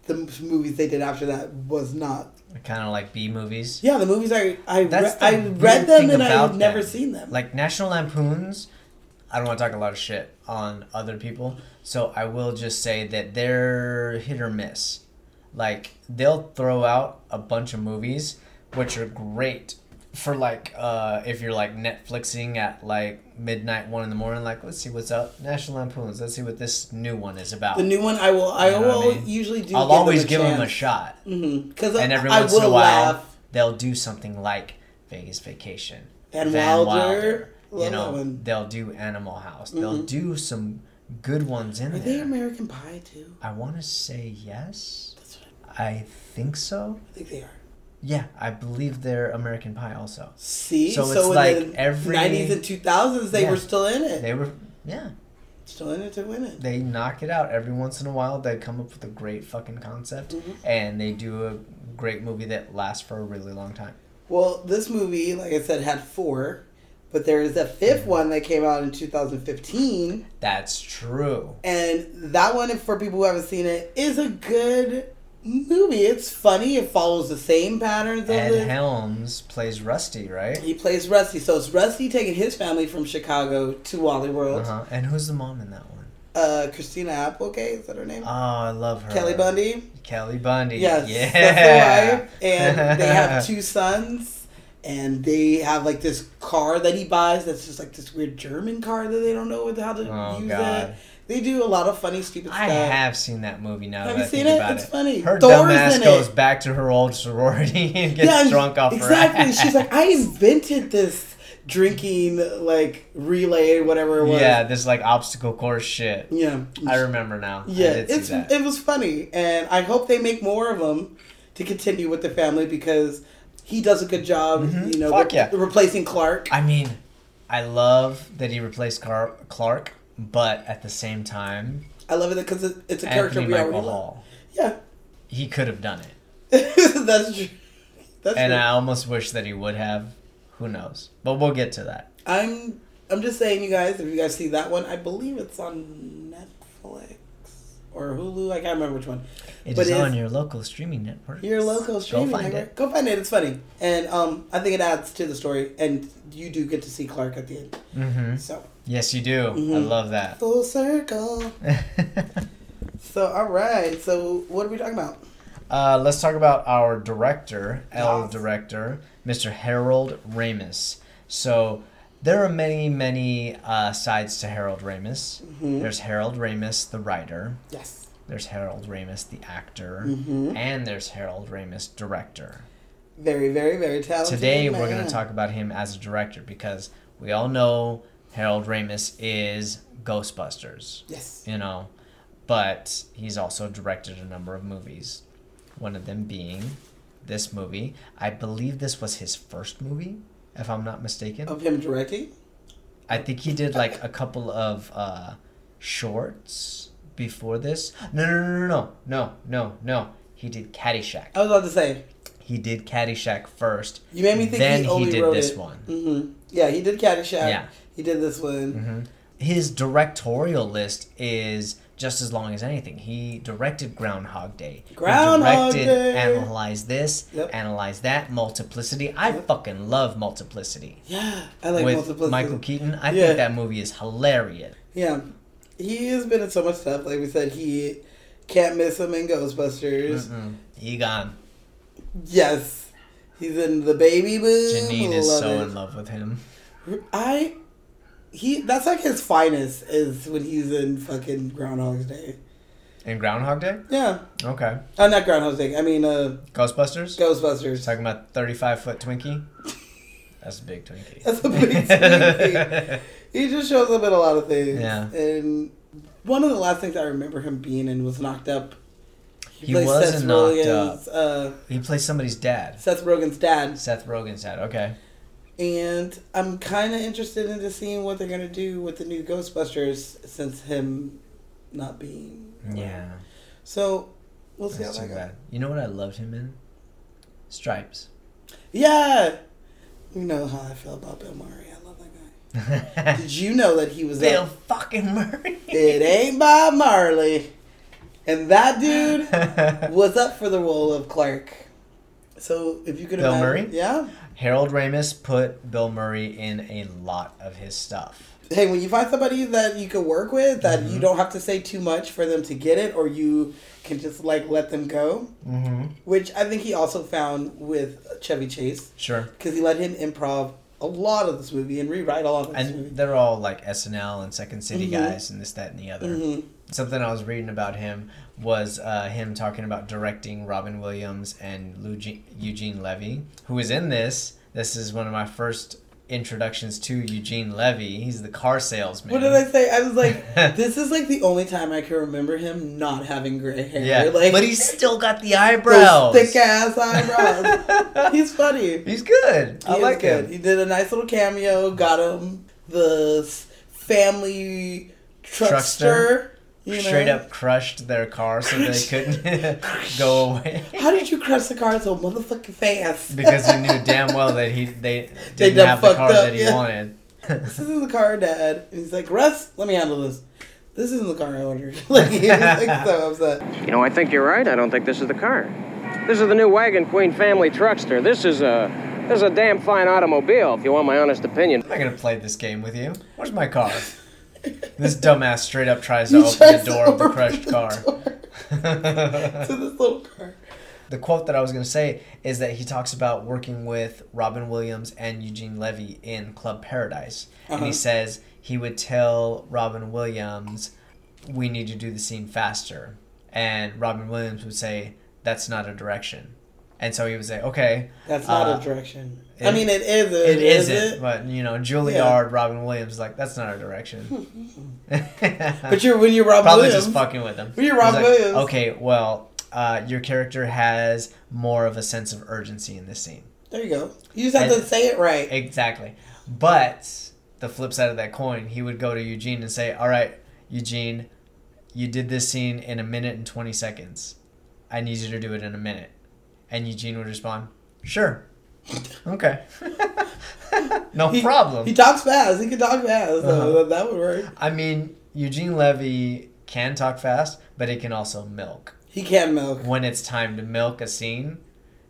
A: the m- movies they did after that was not.
B: Kind of like B movies.
A: Yeah, the movies I I, re-
B: That's the
A: I
B: weird
A: read
B: thing
A: them and I've
B: about
A: never seen them.
B: Like National Lampoons, I don't want to talk a lot of shit on other people, so I will just say that they're hit or miss. Like they'll throw out a bunch of movies which are great for like uh, if you're like Netflixing at like midnight one in the morning, like let's see what's up National Lampoons, let's see what this new one is about.
A: the new one I will I
B: You know what I
A: will
B: mean?
A: usually do.
B: I'll always give them a
A: chance. Mm-hmm.
B: shot
A: Cause
B: and every
A: I
B: once
A: will
B: in a while
A: laugh.
B: they'll do something like Vegas Vacation,
A: Van Wilder. Love
B: you
A: that
B: know,
A: one. Mm-hmm.
B: they'll do Animal House. They'll do some good ones in
A: Are they
B: there.
A: American Pie too?
B: I want to say yes.
A: That's what
B: I think so.
A: I think they are.
B: Yeah, I believe they're American Pie also.
A: See,
B: So
A: so,
B: it's
A: in
B: like
A: the
B: every-
A: nineties and two thousands, they
B: Yeah.
A: were still in it.
B: They were yeah.
A: still in it to win it.
B: They knock it out every once in a while. They come up with a great fucking concept,
A: Mm-hmm.
B: and they do a great movie that lasts for a really long time.
A: Well, this movie, like I said, had four, but there is a fifth one that came out in 2015,
B: That's true.
A: and that one, for people who haven't seen it, is a good movie. It's funny. It follows the same patterns. Of
B: Ed
A: the,
B: Helms plays Rusty, right?
A: he plays Rusty, so it's Rusty taking his family from Chicago to Wally World. uh
B: Uh-huh. And who's the mom in that one?
A: Christina Applegate is that her name?
B: Oh, I love her.
A: Kelly Bundy.
B: Kelly Bundy.
A: Yes, that's
B: Yeah.
A: the wife, and they have two sons, and they have like this car that he buys that's just like this weird German car that they don't know what- how to
B: Oh,
A: use
B: God.
A: it. They do a lot of funny, stupid
B: I
A: stuff.
B: have seen that movie now.
A: Have
B: that
A: you
B: I
A: seen
B: think
A: it?
B: About
A: It's
B: it.
A: funny.
B: Her
A: Thor's in
B: dumbass
A: it.
B: goes back to her old sorority and gets
A: and-
B: drunk off
A: exactly.
B: her.
A: She's like, I invented this drinking like relay, whatever it was.
B: yeah, this like obstacle course shit.
A: yeah.
B: I remember now.
A: Yeah,
B: I did see
A: it's
B: that.
A: it was funny, and I hope they make more of them to continue with the family because he does a good job. You know,
B: Mm-hmm. Fuck yeah.
A: replacing Clark.
B: I mean, I love that he replaced Car- Clark, but at the same time,
A: I love it because it, it's a character
B: Anthony
A: we
B: Michael
A: already love.
B: Hall,
A: Yeah,
B: he could have done it.
A: that's true. That's
B: And uh,
A: true.
B: I almost wish that he would have. Who knows? But we'll get to that.
A: I'm I'm just saying, you guys, if you guys see that one, I believe it's on Netflix or Hulu. I can't remember which one.
B: It
A: But
B: is
A: if-
B: on your local streaming network.
A: Your local streaming.
B: Go find
A: network.
B: it.
A: Go find it. It's funny, and um, I think it adds to the story. And you do get to see Clark at the end.
B: Mm-hmm.
A: So
B: Yes, you do. I
A: Mhm.
B: love that.
A: full circle. so all right. So what are we talking about?
B: Uh, let's talk about our director, L
A: Yes.
B: director, Mr. Harold Ramis. So there are many, many uh, sides to Harold Ramis.
A: Mm-hmm.
B: There's Harold Ramis, the writer.
A: Yes.
B: There's Harold Ramis, the actor.
A: Mhm.
B: And there's Harold Ramis, director.
A: Very, very, very talented.
B: Today we're going
A: man.
B: to talk about him as a director because we all know Harold Ramis is Ghostbusters
A: Yes.
B: you know. But he's also directed a number of movies. One of them being this movie. I believe this was his first movie, if I'm not mistaken.
A: Of him directing.
B: I think he did like a couple of uh, shorts before this. No, no, no, no, no, no, no, no. He did Caddyshack.
A: I was about to say.
B: He did Caddyshack first.
A: You made me think
B: Then
A: he
B: he
A: only
B: did
A: wrote
B: this
A: it.
B: one.
A: hmm Yeah, he did Caddyshack.
B: Yeah. Mm-hmm.
A: He did this one.
B: His directorial list is just as long as anything. He directed Groundhog Day. He
A: Groundhog
B: directed
A: Day.
B: Analyze This,
A: Yep.
B: Analyze That, Multiplicity. I fucking love Multiplicity.
A: Yeah, I like
B: With
A: multiplicity.
B: Michael Keaton. I
A: Yeah.
B: think that movie is hilarious.
A: Yeah, he has been in so much stuff. Like we said, he can't miss him in Ghostbusters.
B: Mm. Egon.
A: Yes, he's in the Baby Boom.
B: Janine is
A: Love
B: so
A: it.
B: in love with him.
A: I he that's like his finest is when he's in fucking Groundhog Day.
B: In Groundhog Day?
A: Yeah,
B: Okay.
A: oh, not Groundhog Day. I mean, uh,
B: Ghostbusters?
A: Ghostbusters.
B: Talking about 35 foot Twinkie? That's a big Twinkie.
A: That's a big Twinkie. He just shows up in a lot of things.
B: Yeah.
A: and one of the last things I remember him being in was Knocked Up.
B: He
A: plays
B: was in Knocked
A: Rogen's, Uh,
B: he plays somebody's dad.
A: Seth Rogen's dad.
B: Seth Rogen's dad. Okay.
A: and I'm kind of interested into seeing what they're gonna do with the new Ghostbusters since him not being.
B: Yeah.
A: So we'll see
B: That's
A: how
B: too
A: that goes.
B: bad. You know what I loved him in? Stripes.
A: Yeah, you know how I feel about Bill Murray. I love that guy.
B: Bill
A: Did you know that he was in
B: fucking Murray.
A: It Ain't Bob Marley, and that dude was up for the role of Clark. So if you could
B: Bill
A: imagine,
B: Murray?
A: yeah.
B: Harold Ramis put Bill Murray in a lot of his stuff.
A: hey, when you find somebody that you can work with, that
B: Mm-hmm.
A: you don't have to say too much for them to get it, or you can just like let them go,
B: Mm-hmm.
A: which I think he also found with Chevy Chase
B: Sure.
A: because he let him improv a lot of this movie and rewrite a lot of this
B: And
A: movie.
B: they're all like SNL and Second City
A: Mhm.
B: guys and this, that, and the other.
A: Mhm.
B: Something I was reading about him was uh, him talking about directing Robin Williams and Lou Ge- Eugene Levy, who is in this. This is one of my first introductions to Eugene Levy. He's the car salesman.
A: What did I say? I was like, this is like the only time I can remember him not having gray hair.
B: Yeah,
A: like,
B: but he's still got the
A: those
B: eyebrows.
A: thick ass eyebrows. he's funny.
B: He's good. I
A: He is
B: like
A: good.
B: him.
A: He did a nice little cameo. Got him the s- family truckster.
B: Truckster.
A: you know.
B: Straight up crushed their car so they couldn't go away
A: How did you crush the car so motherfucking fast?
B: because he knew damn well that he they
A: They
B: didn't
A: done
B: have the
A: fucked
B: car
A: up,
B: that he
A: yeah.
B: wanted.
A: this isn't the car, Dad. And he's like, Russ, let me handle this. This isn't the car I ordered. like he was like so upset.
K: You know, I think you're right. I don't think this is the car. This is the new Wagon Queen family truckster. This is a this is a damn fine automobile, if you want my honest opinion.
B: I'm not gonna play this game with you. Where's my car? this dumbass straight up tries to
A: He
B: open
A: tries to
B: the door of the
A: open
B: crushed
A: the
B: car.
A: to this little car.
B: the quote that I was going to say is that he talks about working with Robin Williams and Eugene Levy in Club Paradise. And
A: Uh-huh.
B: he says he would tell Robin Williams, we need to do the scene faster. And Robin Williams would say, that's not a direction. And so he would say, okay.
A: That's not
B: uh,
A: a direction. I
B: it-
A: mean, it is. A,
B: It
A: is
B: isn't.
A: it?
B: But, you know, Juilliard, Robin Williams, is like, that's not a direction. but
A: But you're when you're Rob
B: probably
A: Williams.
B: just fucking with him.
A: Well, you're
B: He's
A: Rob
B: like,
A: Williams.
B: Okay, well, uh, your character has more of a sense of urgency in this scene.
A: There you go. You just have
B: And-
A: to say it right.
B: Exactly. But the flip side of that coin, he would go to Eugene and say, "All right, Eugene, you did this scene in a minute and twenty seconds. I need you to do it in a minute." And Eugene would respond, "Sure, okay." no problem. Uh-huh.
A: He talks fast. He can talk fast. so that- that would work.
B: I mean, Eugene Levy can talk fast, but he can also milk.
A: He can milk.
B: When it's time to milk a scene.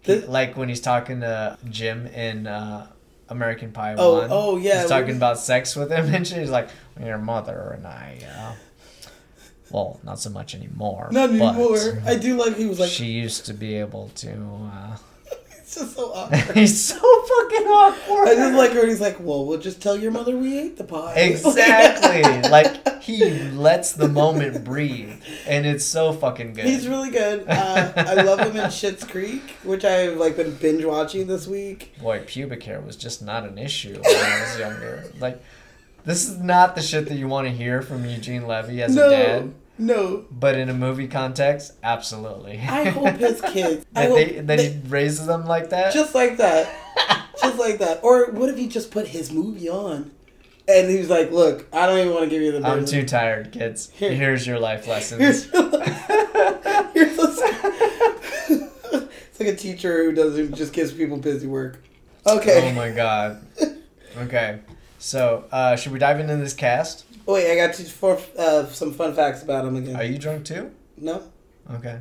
B: He- like when he's talking to Jim in uh, American Pie
A: Oh,
B: 1.
A: oh, yeah,
B: He's talking
A: when-
B: about sex with him, and she's like, Your mother and I. Uh, well, not so much anymore.
A: Not
B: but
A: anymore. I do like he was like,
B: She used to be able to. Uh,
A: it's just so awkward.
B: He's so fucking awkward.
A: I just like her. He's like, well, we'll just tell your mother we ate the pie.
B: Exactly. like he lets the moment breathe, and it's so fucking good.
A: He's really good. Uh, I love him in Shit's Creek, which I've like been binge watching this week.
B: Boy, pubic hair was just not an issue when I was younger. Like, this is not the shit that you want to hear from Eugene Levy as
A: No.
B: a dad.
A: No,
B: But in a movie context, absolutely.
A: I hope his kids. I
B: that
A: hope
B: they, that he raises them like that.
A: just like that, just like that. Or what if he just put his movie on, and he's like, "Look, I don't even want to give you the."
B: I'm
A: business.
B: too tired, kids. Here's your life lessons.
A: Here's your Here's a- it's like a teacher who doesn't who just gives people busy work. Okay.
B: Oh my god. Okay. So, uh, should we dive into this cast?
A: Oh, wait, I got two, four, uh, some fun facts about him again.
B: Are you drunk too?
A: No.
B: Okay.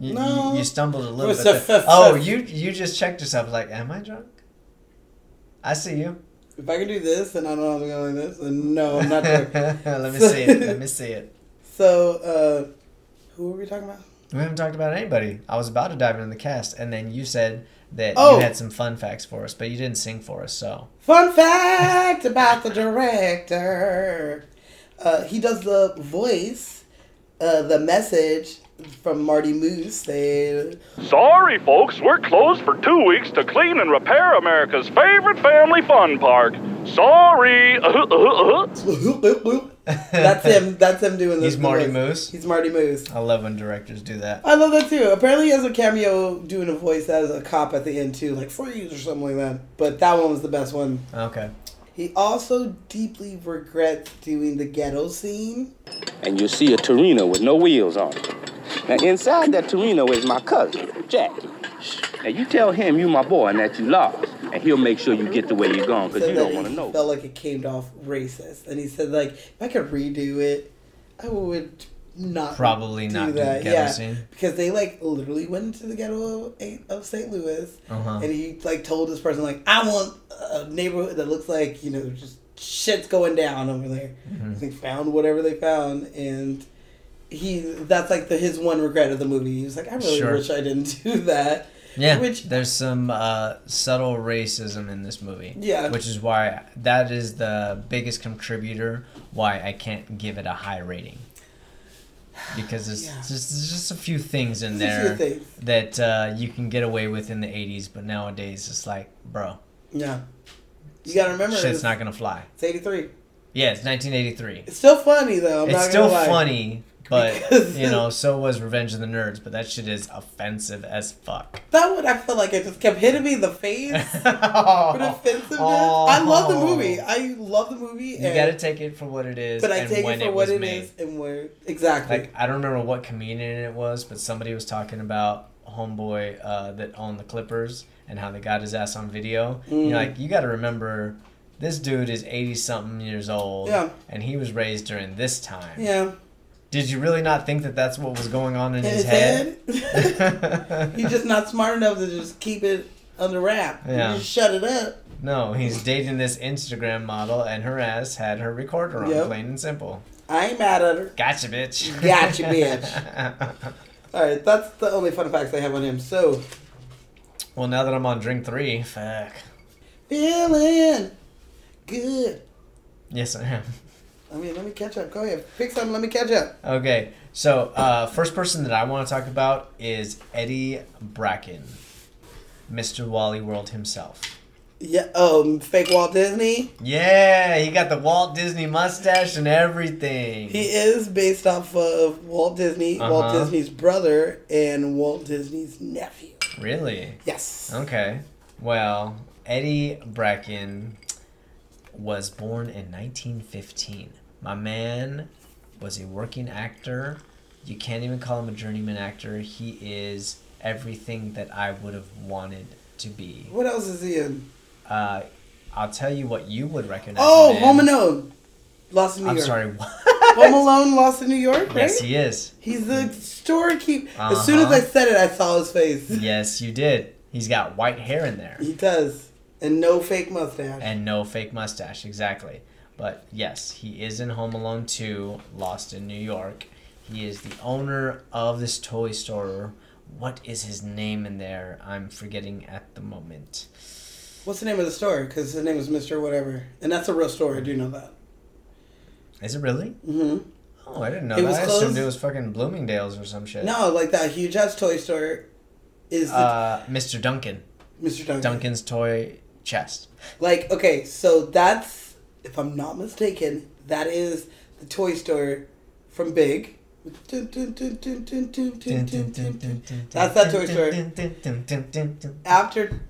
B: You,
A: No.
B: you, you stumbled a
A: It
B: little
A: was
B: bit.
A: a
B: there.
A: fifth-
B: oh,
A: fifth.
B: you you just checked yourself. Like, am I drunk? I see you.
A: If I can do this, then I don't have to go like this. Then no, I'm not drunk.
B: Let me see it. Let me see it.
A: So, uh, who were we talking about?
B: We haven't talked about anybody. I was about to dive into the cast, and then you said that
A: Oh.
B: you had some fun facts for us, but you didn't sing for us. So
A: Fun fact about the director. Uh, he does the voice, uh, the message from Marty Moose. They
L: Sorry, folks, we're closed for two weeks to clean and repair America's favorite family fun park. Sorry.
A: that's him. That's him doing this.
B: he's Marty
A: voice.
B: Moose.
A: He's Marty Moose.
B: I love when directors do that.
A: I love that too. Apparently, he has a cameo doing a voice as a cop at the end too, like freeze or something like that. But that one was the best one.
B: Okay.
A: He also deeply regrets doing the ghetto scene.
M: and you see a Torino with no wheels on it. Now inside that Torino is my cousin, Jack. Now you tell him you my boy and that you lost, and he'll make sure you get the way you're going, because
A: Said
M: you
A: that
M: don't want to
A: he
M: know.
A: Felt like it came off racist, and he said like, if I could redo it, I would not
B: Probably
A: do
B: not do
A: that.
B: the ghetto
A: yeah.
B: scene.
A: because they like literally went into the ghetto of, of St. Louis,
B: Uh-huh.
A: and he like told this person like, I want a neighborhood that looks like you know just shit's going down over there.
B: Mhm.
A: They found whatever they found, and he that's like the his one regret of the movie. He was like, I really
B: Sure.
A: wish I didn't do that.
B: Yeah,
A: Which-
B: there's some uh, subtle racism in this movie.
A: Yeah.
B: which is why that is the biggest contributor why I can't give it a high rating because there's just there's just a few things in
A: There's
B: there
A: a few things.
B: that uh, you can get away with in the '80s, but nowadays it's like, bro,
A: Yeah, you gotta remember
B: shit's
A: it's,
B: not gonna fly.
A: it's eighty three.
B: Yeah, it's 1983.
A: It's still funny though. I'm
B: it's
A: not
B: still
A: gonna lie.
B: funny, but you know, so was Revenge of the Nerds, but that shit is offensive as fuck.
A: That one, I feel like it just kept hitting me in the face with offensiveness. I love the movie. I love the movie.
B: Oh. You
A: and-
B: gotta take it for what it is.
A: But I
B: and
A: take
B: when
A: it for
B: was
A: what it is
B: made.
A: and where exactly.
B: Like I don't remember what comedian it was, but somebody was talking about homeboy uh, that owned the Clippers and how they got his ass on video.
A: Mm.
B: You're like, you got to remember, this dude is eighty something years old,
A: Yeah.
B: and he was raised during this time.
A: yeah,
B: Did you really not think that that's what was going on in,
A: in
B: his
A: his
B: head?
A: head, he's just not smart enough to just keep it under wrap. You
B: Yeah.
A: just shut it up.
B: No, he's dating this Instagram model, and her ass had her recorder on,
A: Yep.
B: plain and simple.
A: I ain't mad at her.
B: Gotcha, bitch.
A: Gotcha, bitch. All right, that's the only fun facts I have on him. So,
B: well, now that I'm on drink three, fuck.
A: feeling good.
B: Yes, I am.
A: I mean, let me catch up. Go ahead, pick something. Let me catch up.
B: Okay, so uh, first person that I want to talk about is Eddie Bracken, Mr. Wally World himself.
A: Yeah. Um. Fake Walt Disney.
B: Yeah, he got the Walt Disney mustache and everything.
A: He is based off of Walt Disney, Walt
B: Uh-huh.
A: Disney's brother, and Walt Disney's nephew.
B: Really?
A: Yes.
B: Okay. Well, Eddie Bracken was born in 1915. My man was a working actor. You can't even call him a journeyman actor. He is everything that I would have wanted to be.
A: What else is he in?
B: Uh, I'll tell you what you would recognize.
A: Oh,
B: him in.
A: Home Alone, Lost in New
B: I'm
A: York.
B: sorry.
A: Home Alone, Lost in New York. Right?
B: Yes, he is.
A: He's the store keep. As soon as I
B: Uh-huh.
A: said it, I saw his face.
B: Yes, you did. He's got white hair in there
A: He does, and no fake mustache.
B: and no fake mustache. Exactly. But yes, he is in Home Alone 2, Lost in New York. He is the owner of this toy store. What is his name in there? I'm forgetting at the moment.
A: What's the name of the store? Because his name is Mister Whatever, and that's a real store. I do know that.
B: Is it really?
A: hmm
B: Oh, I didn't know
A: It
B: that.
A: was
B: I
A: closed-
B: assumed it was fucking Bloomingdale's or some shit.
A: No, like that huge ass toy store is the
B: Uh, Mr. Duncan.
A: Mr. Duncan.
B: Duncan's toy chest.
A: Like, okay, so that's, if I'm not mistaken, that is the Toy Story from Big. That's that Toy Story. After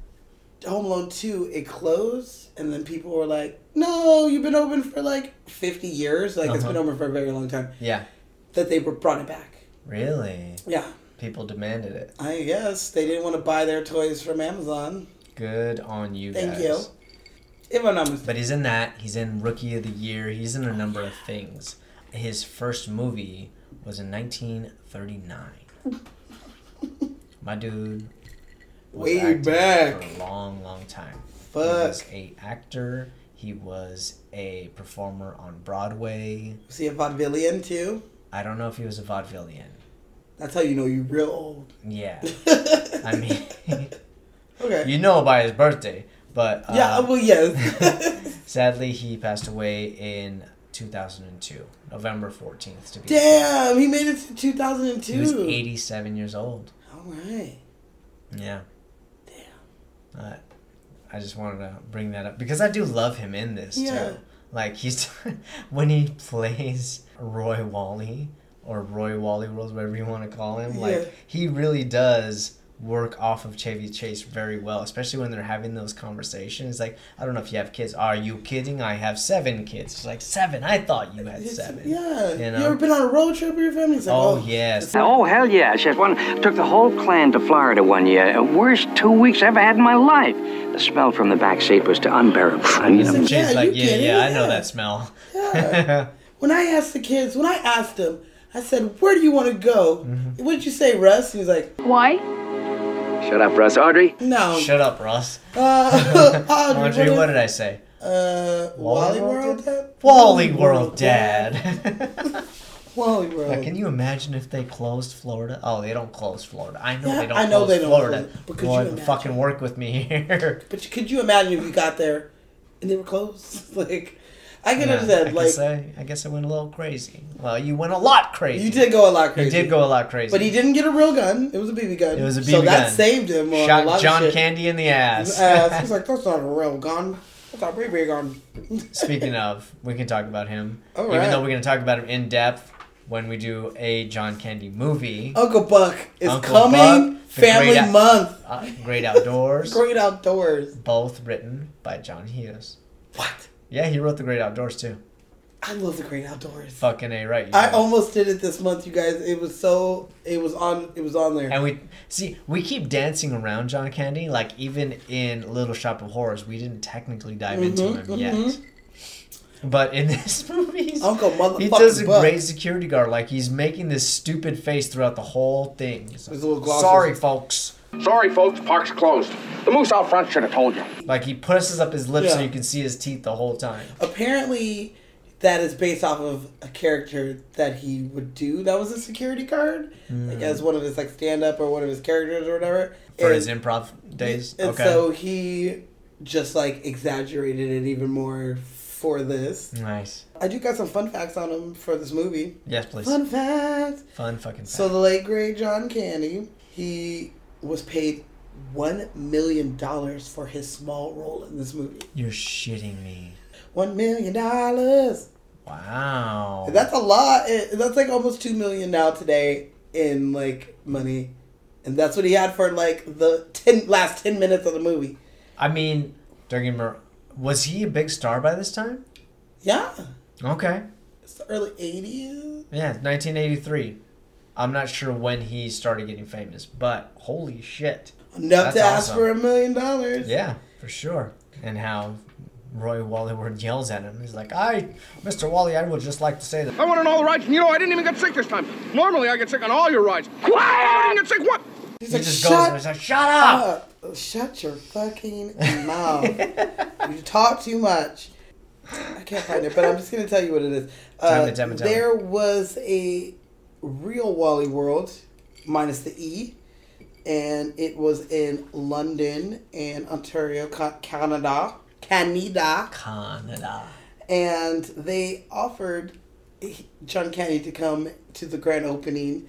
A: Home Alone 2, it closed, and then people were like, no, you've been open for like 50 years. Like, it's been
B: Uh-huh.
A: open for a very long time.
B: Yeah.
A: That they were brought it back.
B: Really?
A: Yeah.
B: People demanded it.
A: I guess they didn't want to buy their toys from Amazon.
B: Good on you
A: Thank
B: guys.
A: you. If I'm not mistaken.
B: But he's in that. He's in Rookie of the Year. He's
A: Oh,
B: in a number of things. His first movie was in 1939. My dude. was
A: Way
B: acting
A: back.
B: For a long, long time. He
A: Fuck.
B: was a actor. He was a performer on Broadway.
A: Was he a vaudevillian too?
B: I don't know if he was a vaudevillian.
A: That's how you know you're real old.
B: Yeah. I mean,
A: Okay.
B: you know by his birthday, but uh,
A: yeah, well, yes.
B: sadly he passed away in 2002, November 14th to be.
A: Damn, he made it to 2002.
B: He was 87 years old.
A: All right.
B: Yeah. Damn. Uh, I just wanted to bring that up because I do love him in this
A: Yeah.
B: too. Like he's when he plays Roy Wally or Roy Wally World, whatever you want to call him.
A: Yeah.
B: Like he really does work off of Chevy Chase very well, especially when they're having those conversations. Like I don't know if you have kids. Are you kidding? I have seven kids. It's like seven. I thought you had
A: It's-
B: seven.
A: Yeah. You,
B: You know.
A: ever been on a road trip with your family? It's like,
B: Oh,
A: oh,
B: yes.
N: Oh, hell yeah. Chef one took the whole clan to Florida one year. Uh, Worst two weeks I ever had in my life. The smell from the back seat was to unbearable. I mean,
B: She's like,
A: you
B: yeah,
A: get it,
B: yeah, I know that smell.
A: When I asked the kids, when I asked them, I said, where do you want to go?
B: Mm-hmm.
A: What did you say, Russ? And he's like, why?
D: Shut up, Russ. Audrey?
A: No.
B: Shut up, Ross.
A: Uh, Audrey,
B: Audrey,
A: what
B: what
A: is-
B: did I say?
A: Uh, Wally World Dad?
B: Wally World Dad.
A: Wally World.
B: Like, can you imagine if they closed Florida? Oh, they don't close Florida. I know
A: Yeah,
B: they don't
A: I know
B: close
A: they don't
B: Florida.
A: close it, but could you
B: Boy,
A: imagine?
B: fucking work with me here.
A: But could you imagine if you got there and they were closed? like, I can
B: Yeah,
A: understand.
B: I
A: like,
B: guess I, I guess I went a little crazy. Well, you went a lot crazy.
A: You did go a lot crazy.
B: You did go a lot crazy.
A: But he didn't get a real gun. It was a BB gun.
B: It was a BB
A: So that
B: gun.
A: saved him. On a lot
B: Shot
A: of
B: John
A: shit.
B: Candy in the
A: His
B: ass.
A: ass. He's like, that's not a real gun. That's a BB gun.
B: Speaking of, we can talk about him.
A: All
B: Even
A: right.
B: though we're going to talk about him in depth when we do a John Candy movie.
A: Uncle Buck is
B: Uncle
A: coming.
B: Buck, The
A: family
B: Great Out-
A: month.
B: uh, great Outdoors.
A: Great outdoors.
B: both written by John Hughes.
A: What?
B: Yeah, he wrote The Great Outdoors too.
A: I love the great outdoors.
B: Fucking A, right? you
A: I
B: know.
A: almost did it this month, you guys. It was so. It was on. It was on there.
B: And we see we keep dancing around John Candy, like even in Little Shop of Horrors, we didn't technically dive into him
A: Mhm,
B: yet. But in this movie, he's-
A: mm-hmm. Uncle motherfucking
B: he does a
A: Buck.
B: great security guard. Like he's making this stupid face throughout the whole thing. He's like,
A: His little glasses.
B: Sorry, folks.
M: Sorry, folks, park's closed. The moose out front should have told you.
B: Like he presses up his lips so
A: Yeah.
B: you can see his teeth the whole time.
A: apparently that is based off of a character that he would do that was a security guard like
B: Mm.
A: as one of his like stand up or one of his characters or whatever
B: For
A: And-
B: his improv days.
A: and
B: okay.
A: so he just like exaggerated it even more for
B: Hmm.
A: this
B: nice.
A: i do got some fun facts on him for this movie
B: Yes, please.
A: fun facts
B: Fun fucking.
A: so the late great john candy he was paid one million dollars for his small role in this movie
B: You're shitting me.
A: one million dollars
B: Wow.
A: That's a lot. It- That's like almost two million now today in like money, and that's what he had for like the ten last ten minutes of the movie.
B: I mean, don't get me wrong. Was he a big star by this time?
A: Yeah,
B: Okay.
A: it's the early eighties.
B: Yeah, 1983. I'm not sure when he started getting famous, but holy shit.
A: Enough
B: That's
A: to ask
B: awesome.
A: for a million dollars.
B: Yeah, for sure. and how Roy Wallywood yells at him. He's like, "I, Mr. Wally, I would just like to say that."
O: I wanted all the rides, and you know, I didn't even get sick this time. Normally, I get sick on all your rides. Quiet! I didn't get sick. What?
B: He just goes and he's like, "Shut up!"
A: up. Uh, Shut your fucking mouth. you talk too much. I can't find it, but I'm just going to tell you what it is. Uh,
B: Time it, time it, time it.
A: there was a real Wally World, minus the E, and it was in London and Ontario, Ca- Canada. Canada.
B: Canada.
A: and they offered John Candy to come to the grand opening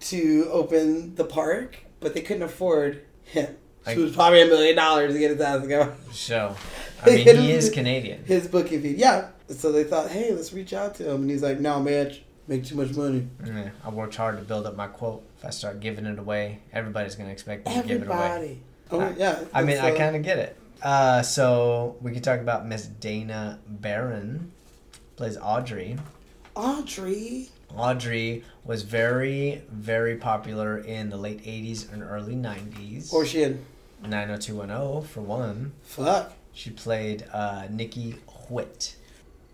A: to open the park, but they couldn't afford him. So it was probably a million dollars to get his ass to go.
B: So, I mean, he is Canadian.
A: His booking fee, yeah. So they thought, hey, let's reach out to him, and he's like, no, man, make too much money.
B: Yeah, I worked hard to build up my quote. If I start giving it away, everybody's gonna expect me to give it away.
A: Everybody. Oh, yeah.
B: I mean, I
A: So-
B: kind of get it. Uh, so we could talk about Miss Dana Barron, plays Audrey.
A: Audrey.
B: Audrey was very, very popular in the late '80s and early '90s. Or
A: she in
B: 90210 for one.
A: Fuck.
B: She played uh, Nikki Whit.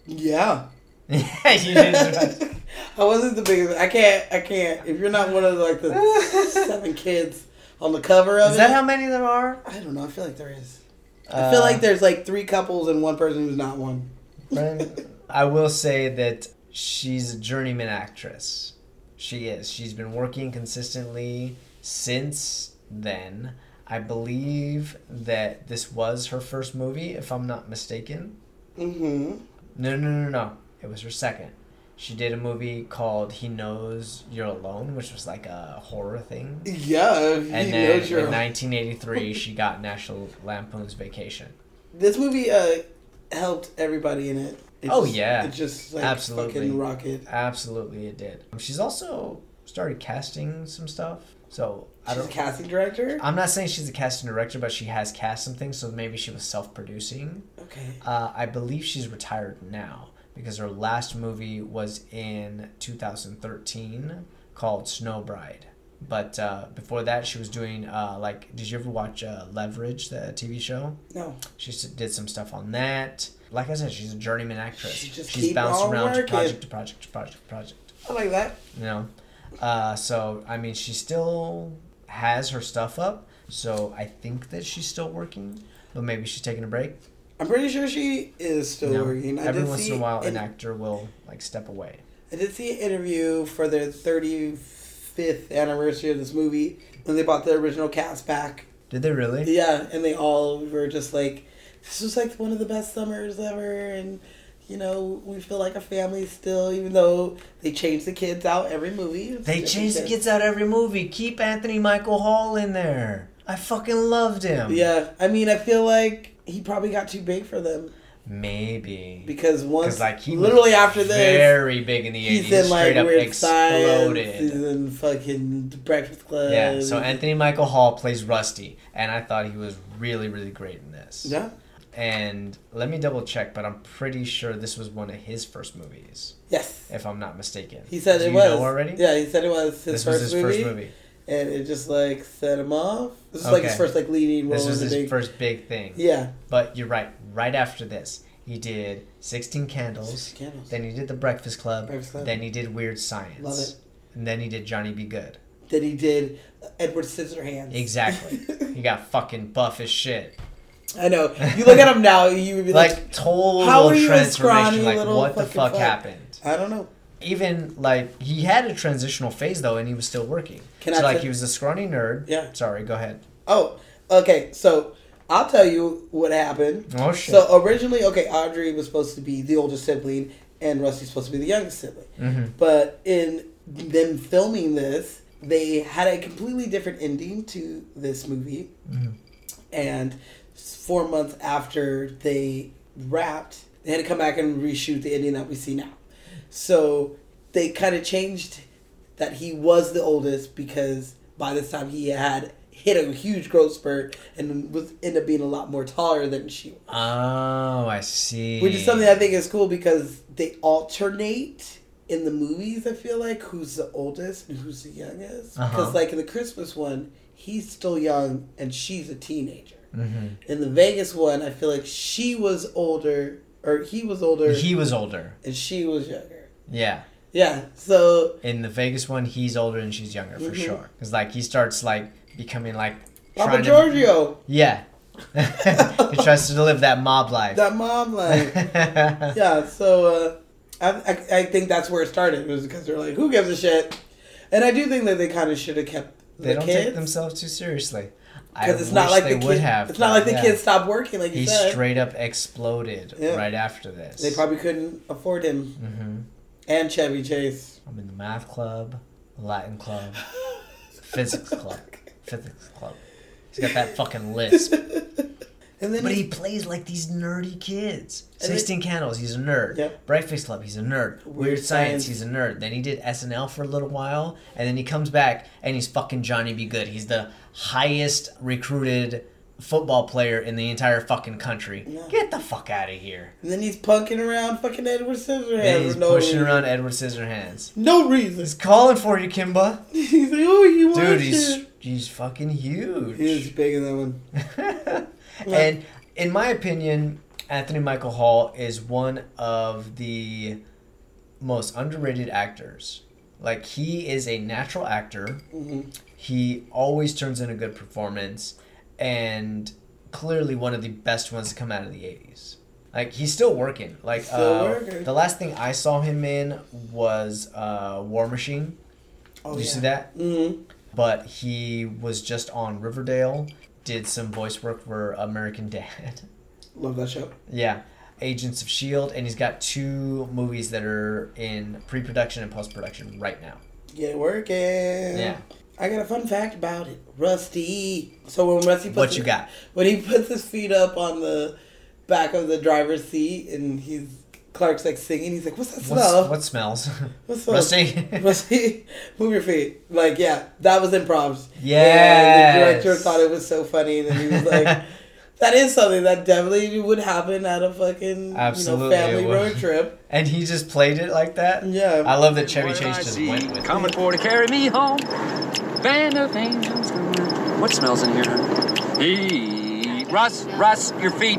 A: Yeah.
B: You just-
A: I wasn't the biggest. I can't. I can't. If you're not one of like the seven kids on the cover of it,
B: Is that how many there are?
A: I don't know. I feel like there is. I
B: Uh,
A: feel like there's like three couples and one person who's not one.
B: Right. I will say that she's a journeyman actress. She is. She's been working consistently since then. I believe that this was her first movie, if I'm not mistaken.
A: Mm-hmm.
B: No, no, no, no. It was her second. She did a movie called He Knows You're Alone, which was like a horror thing.
A: Yeah,
B: And
A: He
B: then
A: Knows You're
B: in
A: Alone.
B: 1983, she got National Lampoon's Vacation.
A: This movie uh helped everybody in it. It
B: oh
A: just-
B: yeah,
A: It just like
B: absolutely
A: fucking rocket.
B: Absolutely, it did. Um, She's also started casting some stuff. So I
A: She's a
B: don't
A: casting director.
B: I'm not saying she's a casting director, but she has cast some things. So maybe she was self-producing.
A: Okay.
B: Uh, I believe she's retired now because her last movie was in 2013 called Snow Bride. But uh, before that, she was doing uh, like, did you ever watch uh, Leverage, the TV show?
A: No.
B: She s- did some stuff on that. Like I said, she's a journeyman actress.
A: just
B: she's
A: keep
B: bounced
A: on
B: around
A: working.
B: to project to project to project to project.
A: I like that.
B: You know, uh, so I mean, she still has her stuff up. So I think that she's still working, but maybe she's taking a break.
A: I'm pretty sure she is still
B: No.
A: working. I
B: Every
A: did
B: once
A: see
B: in a while,
A: an-
B: an actor will like step away.
A: I did see an interview for their 35th anniversary of this movie, and they bought the original cast back.
B: Did they really?
A: Yeah, and they all were just like, "This was like one of the best summers ever," and you know, we feel like a family still, even though they change the kids out every movie. It's
B: They
A: different
B: change the
A: kids.
B: kids out every movie. Keep Anthony Michael Hall in there. I fucking loved him.
A: Yeah, I mean, I feel like he probably got too big for them
B: Maybe.
A: because once,
B: like he was
A: literally after this,
B: very big in the 80s,
A: He's in like
B: straight up
A: weird science.
B: exploded.
A: He's in fucking The Breakfast Club.
B: Yeah, so Anthony Michael Hall plays Rusty, and I thought he was really, really great in this.
A: Yeah.
B: And let me double check, but I'm pretty sure this was one of his first movies.
A: Yes.
B: If I'm not mistaken.
A: He said
B: Do
A: it
B: you
A: was
B: know already?
A: Yeah, he said it was his,
B: This was
A: first,
B: his
A: movie,
B: first movie.
A: and it just like set him off. This is like his
B: Okay.
A: first like leading role.
B: This was
A: in
B: his
A: the big...
B: first big thing.
A: Yeah.
B: But you're right. Right after this, he did 16 Candles.
A: 16 Candles.
B: Then he did The Breakfast Club.
A: Breakfast Club.
B: Then he did Weird Science.
A: Love it.
B: And then he did Johnny Be Good.
A: Then he did Edward Scissorhands.
B: Exactly. he got fucking buff as shit.
A: I know. You look at him now, you would be like,
B: Like, total
A: How are you a scrawny
B: transformation. Like
A: little
B: what the
A: fucking
B: fuck,
A: fuck?"
B: happened?
A: I don't know.
B: Even like he had a transitional phase though, and he was still working.
A: Can
B: so
A: I
B: like
A: say-
B: he was a scrawny nerd.
A: Yeah.
B: Sorry, go ahead.
A: Oh, okay. So I'll tell you what happened.
B: Oh, shit.
A: So originally, okay, Audrey was supposed to be the older sibling, and Rusty's supposed to be the youngest sibling.
B: Mhm.
A: But in them filming this, they had a completely different ending to this movie. And four months after they wrapped, they had to come back and reshoot the ending that we see now. So they kind of changed that he was the oldest because by this time he had hit a huge growth spurt and was ended up being a lot more taller than she was.
B: Oh, I see.
A: Which is something I think is cool because they alternate in the movies, I feel like, who's the oldest and who's the youngest. Because,
B: Uh-huh.
A: like, in the Christmas one, he's still young and she's a teenager.
B: Mm-hmm.
A: In the Vegas one, I feel like she was older, or he was older.
B: He was older.
A: and she was younger.
B: Yeah.
A: Yeah. So
B: In the Vegas one, he's older and she's younger for
A: Mhm.
B: sure. Because like he starts like becoming like
A: Papa
B: trying to-
A: Giorgio.
B: yeah. he tries to live that mob life.
A: that mom like yeah so uh, I, I, I think that's where it started was because they're like who gives a shit and i do think that they kind of should have kept
B: they
A: the
B: don't
A: kids
B: take themselves too seriously. I
A: because it's not
B: wish
A: like
B: they
A: the
B: would
A: kid,
B: have.
A: it's not like the
B: yeah.
A: kids stopped working like you
B: he
A: said
B: straight up exploded
A: Yeah.
B: right after this.
A: they probably couldn't afford him
B: Mhm.
A: and chevy chase
B: I'm in the math club, Latin club, physics club, physics club. He's got that fucking lisp.
A: and then
B: but
A: he-
B: he plays like these nerdy kids.
A: And then-
B: Sixteen Candles, he's a nerd. Breakfast Club, he's a nerd. Weird, Science, he's a nerd. Then he did SNL for a little while, and then he comes back and he's fucking Johnny B. Good. He's the highest recruited football player in the entire fucking country. Get the fuck out of here.
A: and then he's punking around fucking edward scissorhands
B: Then he's
A: for no
B: pushing
A: reason.
B: around Edward Scissorhands.
A: no reason
B: he's calling for you kimba
A: he's like oh you want
B: Dude,
A: it?"
B: he's he's fucking huge.
A: He's bigger than one.
B: and in my opinion, Anthony Michael Hall is one of the most underrated actors. Like he is a natural actor.
A: Mm-hmm.
B: He always turns in a good performance, and clearly one of the best ones to come out of the '80s. Like he's still working. Like
A: Still
B: uh,
A: working.
B: the last thing I saw him in was uh, War Machine.
A: Oh,
B: Did you
A: yeah.
B: see that?
A: Mm-hmm.
B: But he was just on Riverdale. Did some voice work for American Dad.
A: love that show
B: Yeah. Agents of S.H.I.E.L.D. E And he's got two movies that are in pre production and post production right now.
A: Get working.
B: Yeah.
A: I got a fun fact about it. Rusty. So when Rusty puts
B: What
A: his-
B: you got?
A: When he puts his feet up on the back of the driver's seat and he's Clark's like singing, he's like, What's that
B: What's,
A: smell?
B: What smells?
A: What's
B: Rusty?
A: Rusty, move your feet. Like, yeah, that was improv.
B: Yes.
A: the director thought it was so funny and then he was like That is something that definitely would happen at a fucking
B: Absolutely,
A: you
B: it
A: know, family
B: would.
A: road trip.
B: and he just played it like that?
A: Yeah.
B: I love that Chevy Chase just went with
N: Coming for to carry me home. Band of angels. What smells in here? Hey, Russ, Russ, your feet.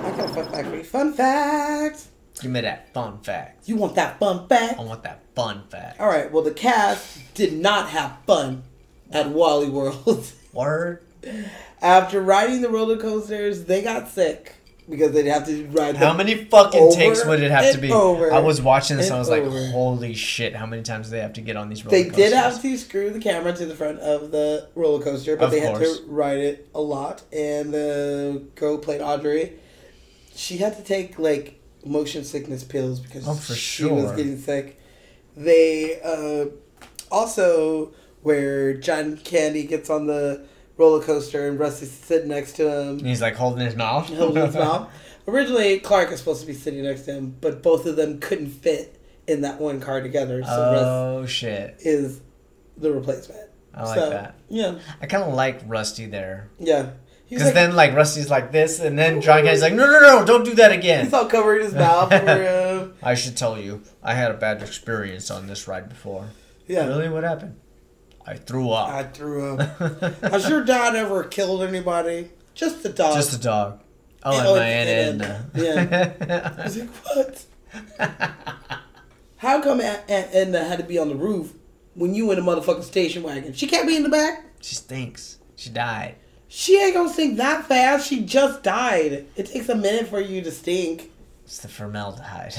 A: Fun fact.
B: it. Give me that fun fact.
A: You want that fun fact?
B: I want that fun fact.
A: All right. Well, the cast did not have fun at Wally World.
B: Word.
A: After riding the roller coasters, they got sick because they'd have to ride.
B: How
A: them
B: many fucking
A: over
B: takes would it have
A: and
B: to be?
A: over
B: I was watching this
A: and
B: and I was
A: over.
B: like, holy shit, how many times do they have to get on these roller
A: They
B: coasters?
A: did have to screw the camera to the front of the roller coaster, but
B: Of
A: they had
B: course.
A: to ride it a lot. And the girl played Audrey. She had to take like motion sickness pills because
B: Oh, for
A: she was
B: sure.
A: getting sick. They uh, also where John Candy gets on the roller coaster and Rusty's sitting next to him.
B: And he's like holding his mouth.
A: holding his mouth. Originally, Clark is supposed to be sitting next to him, but both of them couldn't fit in that one car together. So
B: oh, shit.
A: Russ is the replacement.
B: I like
A: So,
B: that.
A: Yeah,
B: I kind of like Rusty there.
A: yeah. He's
B: Because
A: like,
B: then, like, Rusty's like this, and then John Candy's like, no, no, no, don't do that again.
A: he's all covered in his mouth. or, uh,
B: I should tell you, I had a bad experience on this ride before.
A: Yeah.
B: Really? What happened? I threw up.
A: I threw up. Has your dad ever killed anybody? Just the dog.
B: Just a dog. Oh,
A: And-
B: and uh,
A: oh,
B: my
A: and-
B: Aunt
A: and-
B: Edna.
A: Yeah. I was like, what? How come Aunt Aunt Edna had to be on the roof when you in the motherfucking station wagon? She can't be in the back.
B: She stinks. She died.
A: She ain't gonna stink that fast. She just died. It takes a minute for you to stink.
B: It's the formaldehyde.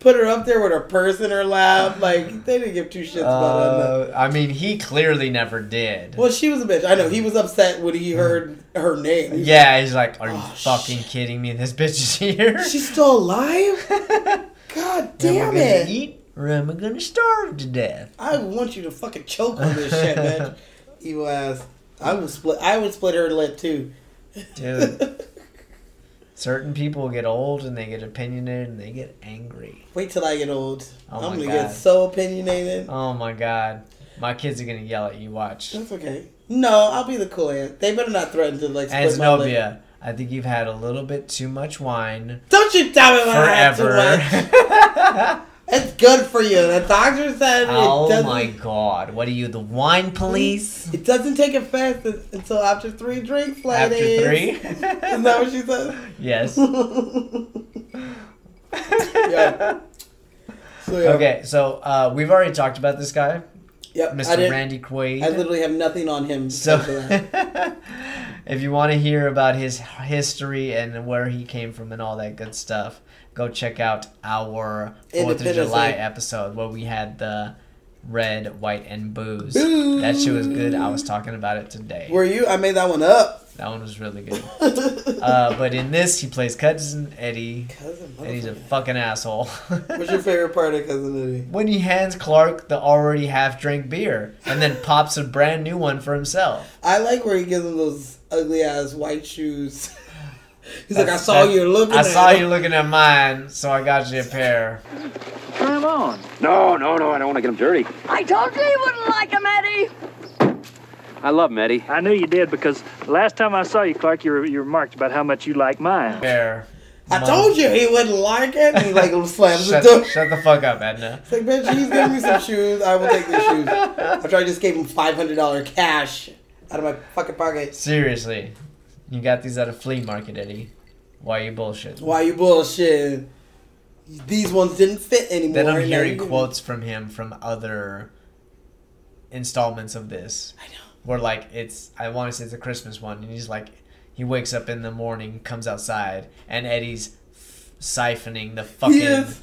A: Put her up there with her purse in her lap. Like they didn't give two shits about Edna.
B: Uh, I mean, he clearly never did.
A: Well, she was a bitch. I know. He was upset when he heard her name. He was
B: Uh-huh. Yeah, he's like, are you fucking kidding me? This bitch is here.
A: like, Oh, She's still alive? God
B: am I
A: damn
B: gonna
A: it.
B: eat or am I gonna starve to death?
A: I want you to fucking choke on this shit, bitch. Evil ass. I would split. I would split her lip too.
B: Dude. Certain people get old and they get opinionated and they get angry.
A: Wait till I get old.
B: Oh
A: I'm
B: my
A: gonna
B: God.
A: get so opinionated.
B: Oh my god. My kids are gonna yell at you, watch.
A: That's okay. No, I'll be the cool aunt. They better not threaten to like
B: And
A: split my lip.
B: Zenobia, I think you've had a little bit too much wine
A: Don't you tell me when I have too
B: forever.
A: much. It's good for you. The doctor said it
B: Oh
A: doesn't.
B: my god! What are you, the wine police?
A: It doesn't take effect until after three drinks,
B: After
A: ladies.
B: three?
A: Is that what she said?
B: Yes.
A: yeah. So, yeah.
B: Okay, so uh, we've already talked about this guy.
A: Yep. I
B: Mr.
A: didn't-
B: Randy Quaid.
A: I literally have nothing on him.
B: So-
A: except for that.
B: if you want to hear about his history and where he came from and all that good stuff, go check out our Fourth of
A: Independence
B: July
A: Day.
B: episode where we had the red, white, and booze.
A: Booze.
B: That shit was good. I was talking about it today.
A: were you? I made that one up.
B: That one was really good. uh, but in this, he plays cousin Eddie,
A: Cousin
B: and he's a fucking asshole.
A: What's your favorite part of Cousin Eddie?
B: when he hands Clark the already half drank beer and then pops a brand new one for himself.
A: I like where he gives him those ugly ass white shoes. He's like, I
B: That's-
A: saw
B: that-
A: you looking.
B: I
A: at
B: saw
A: him."
B: you looking at mine, so I got you a pair.
P: Try him on.
M: No, no, no, I don't want to get him dirty.
P: I told you you wouldn't like him, Eddie.
Q: I love him, Eddie. I knew you did because last time I saw you, Clark, you, re- you remarked about how much you like mine.
B: Fair.
A: I told you he wouldn't like it. And he like slams the
B: Shut,
A: door.
B: shut the fuck up, Edna.
A: It's like, bitch, he's giving me some shoes. I will take these shoes. After I just gave him five hundred dollar cash out of my fucking pocket.
B: Seriously, you got these at a flea market, Eddie. Why you bullshit?
A: Why you bullshit? These ones didn't fit anymore.
B: Then I'm
A: and now
B: hearing
A: you-
B: quotes from him from other installments of this. I know. Where like it's I want to say it's a Christmas one, and he's like, he wakes up in the morning, comes outside, and Eddie's f- siphoning the fucking
A: is.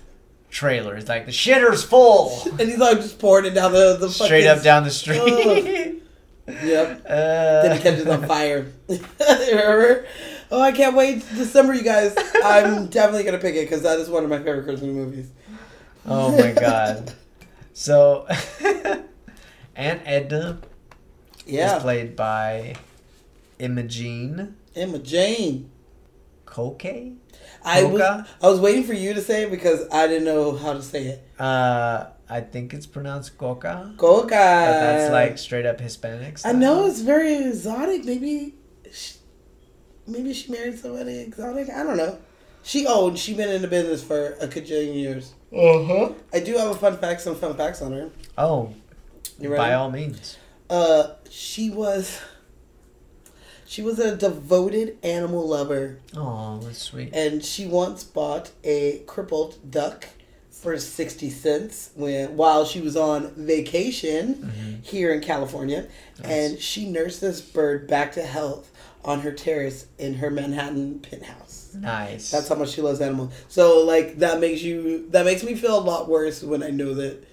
B: trailer. It's like the shitter's full,
A: and he's like just pouring it down the, the
B: straight
A: fucking-
B: up down the street.
A: Ugh. yep.
B: Uh,
A: then he catches on fire. Remember? Oh, I can't wait December, you guys. I'm definitely gonna pick it because that is one of my favorite Christmas movies.
B: oh my god. So, Aunt Edna
A: Yeah.
B: is played by Imogene
A: Emma Jane.
B: Koke.
A: I was
B: Coca?
A: I was waiting for you to say it because I didn't know how to say it.
B: Uh, I think it's pronounced coca.
A: Coca.
B: But that's like straight up
A: Uh,
B: Hispanic
A: I
B: style.
A: know it's very exotic. Maybe, she, maybe she married somebody exotic. I don't know. She old. She been in the business for a cajillion years.
B: Uh huh.
A: I do have a fun fact. Some fun facts on her.
B: Oh,
A: You
B: by
A: ready?
B: all means.
A: Uh, she was. She was a devoted animal lover,
B: Oh, that's sweet.
A: and she once bought a crippled duck for sixty cents when while she was on vacation here in California, and she nursed this bird back to health on her terrace in her Manhattan penthouse.
B: Nice.
A: That's how much she loves animals. So like that makes you that makes me feel a lot worse when I know that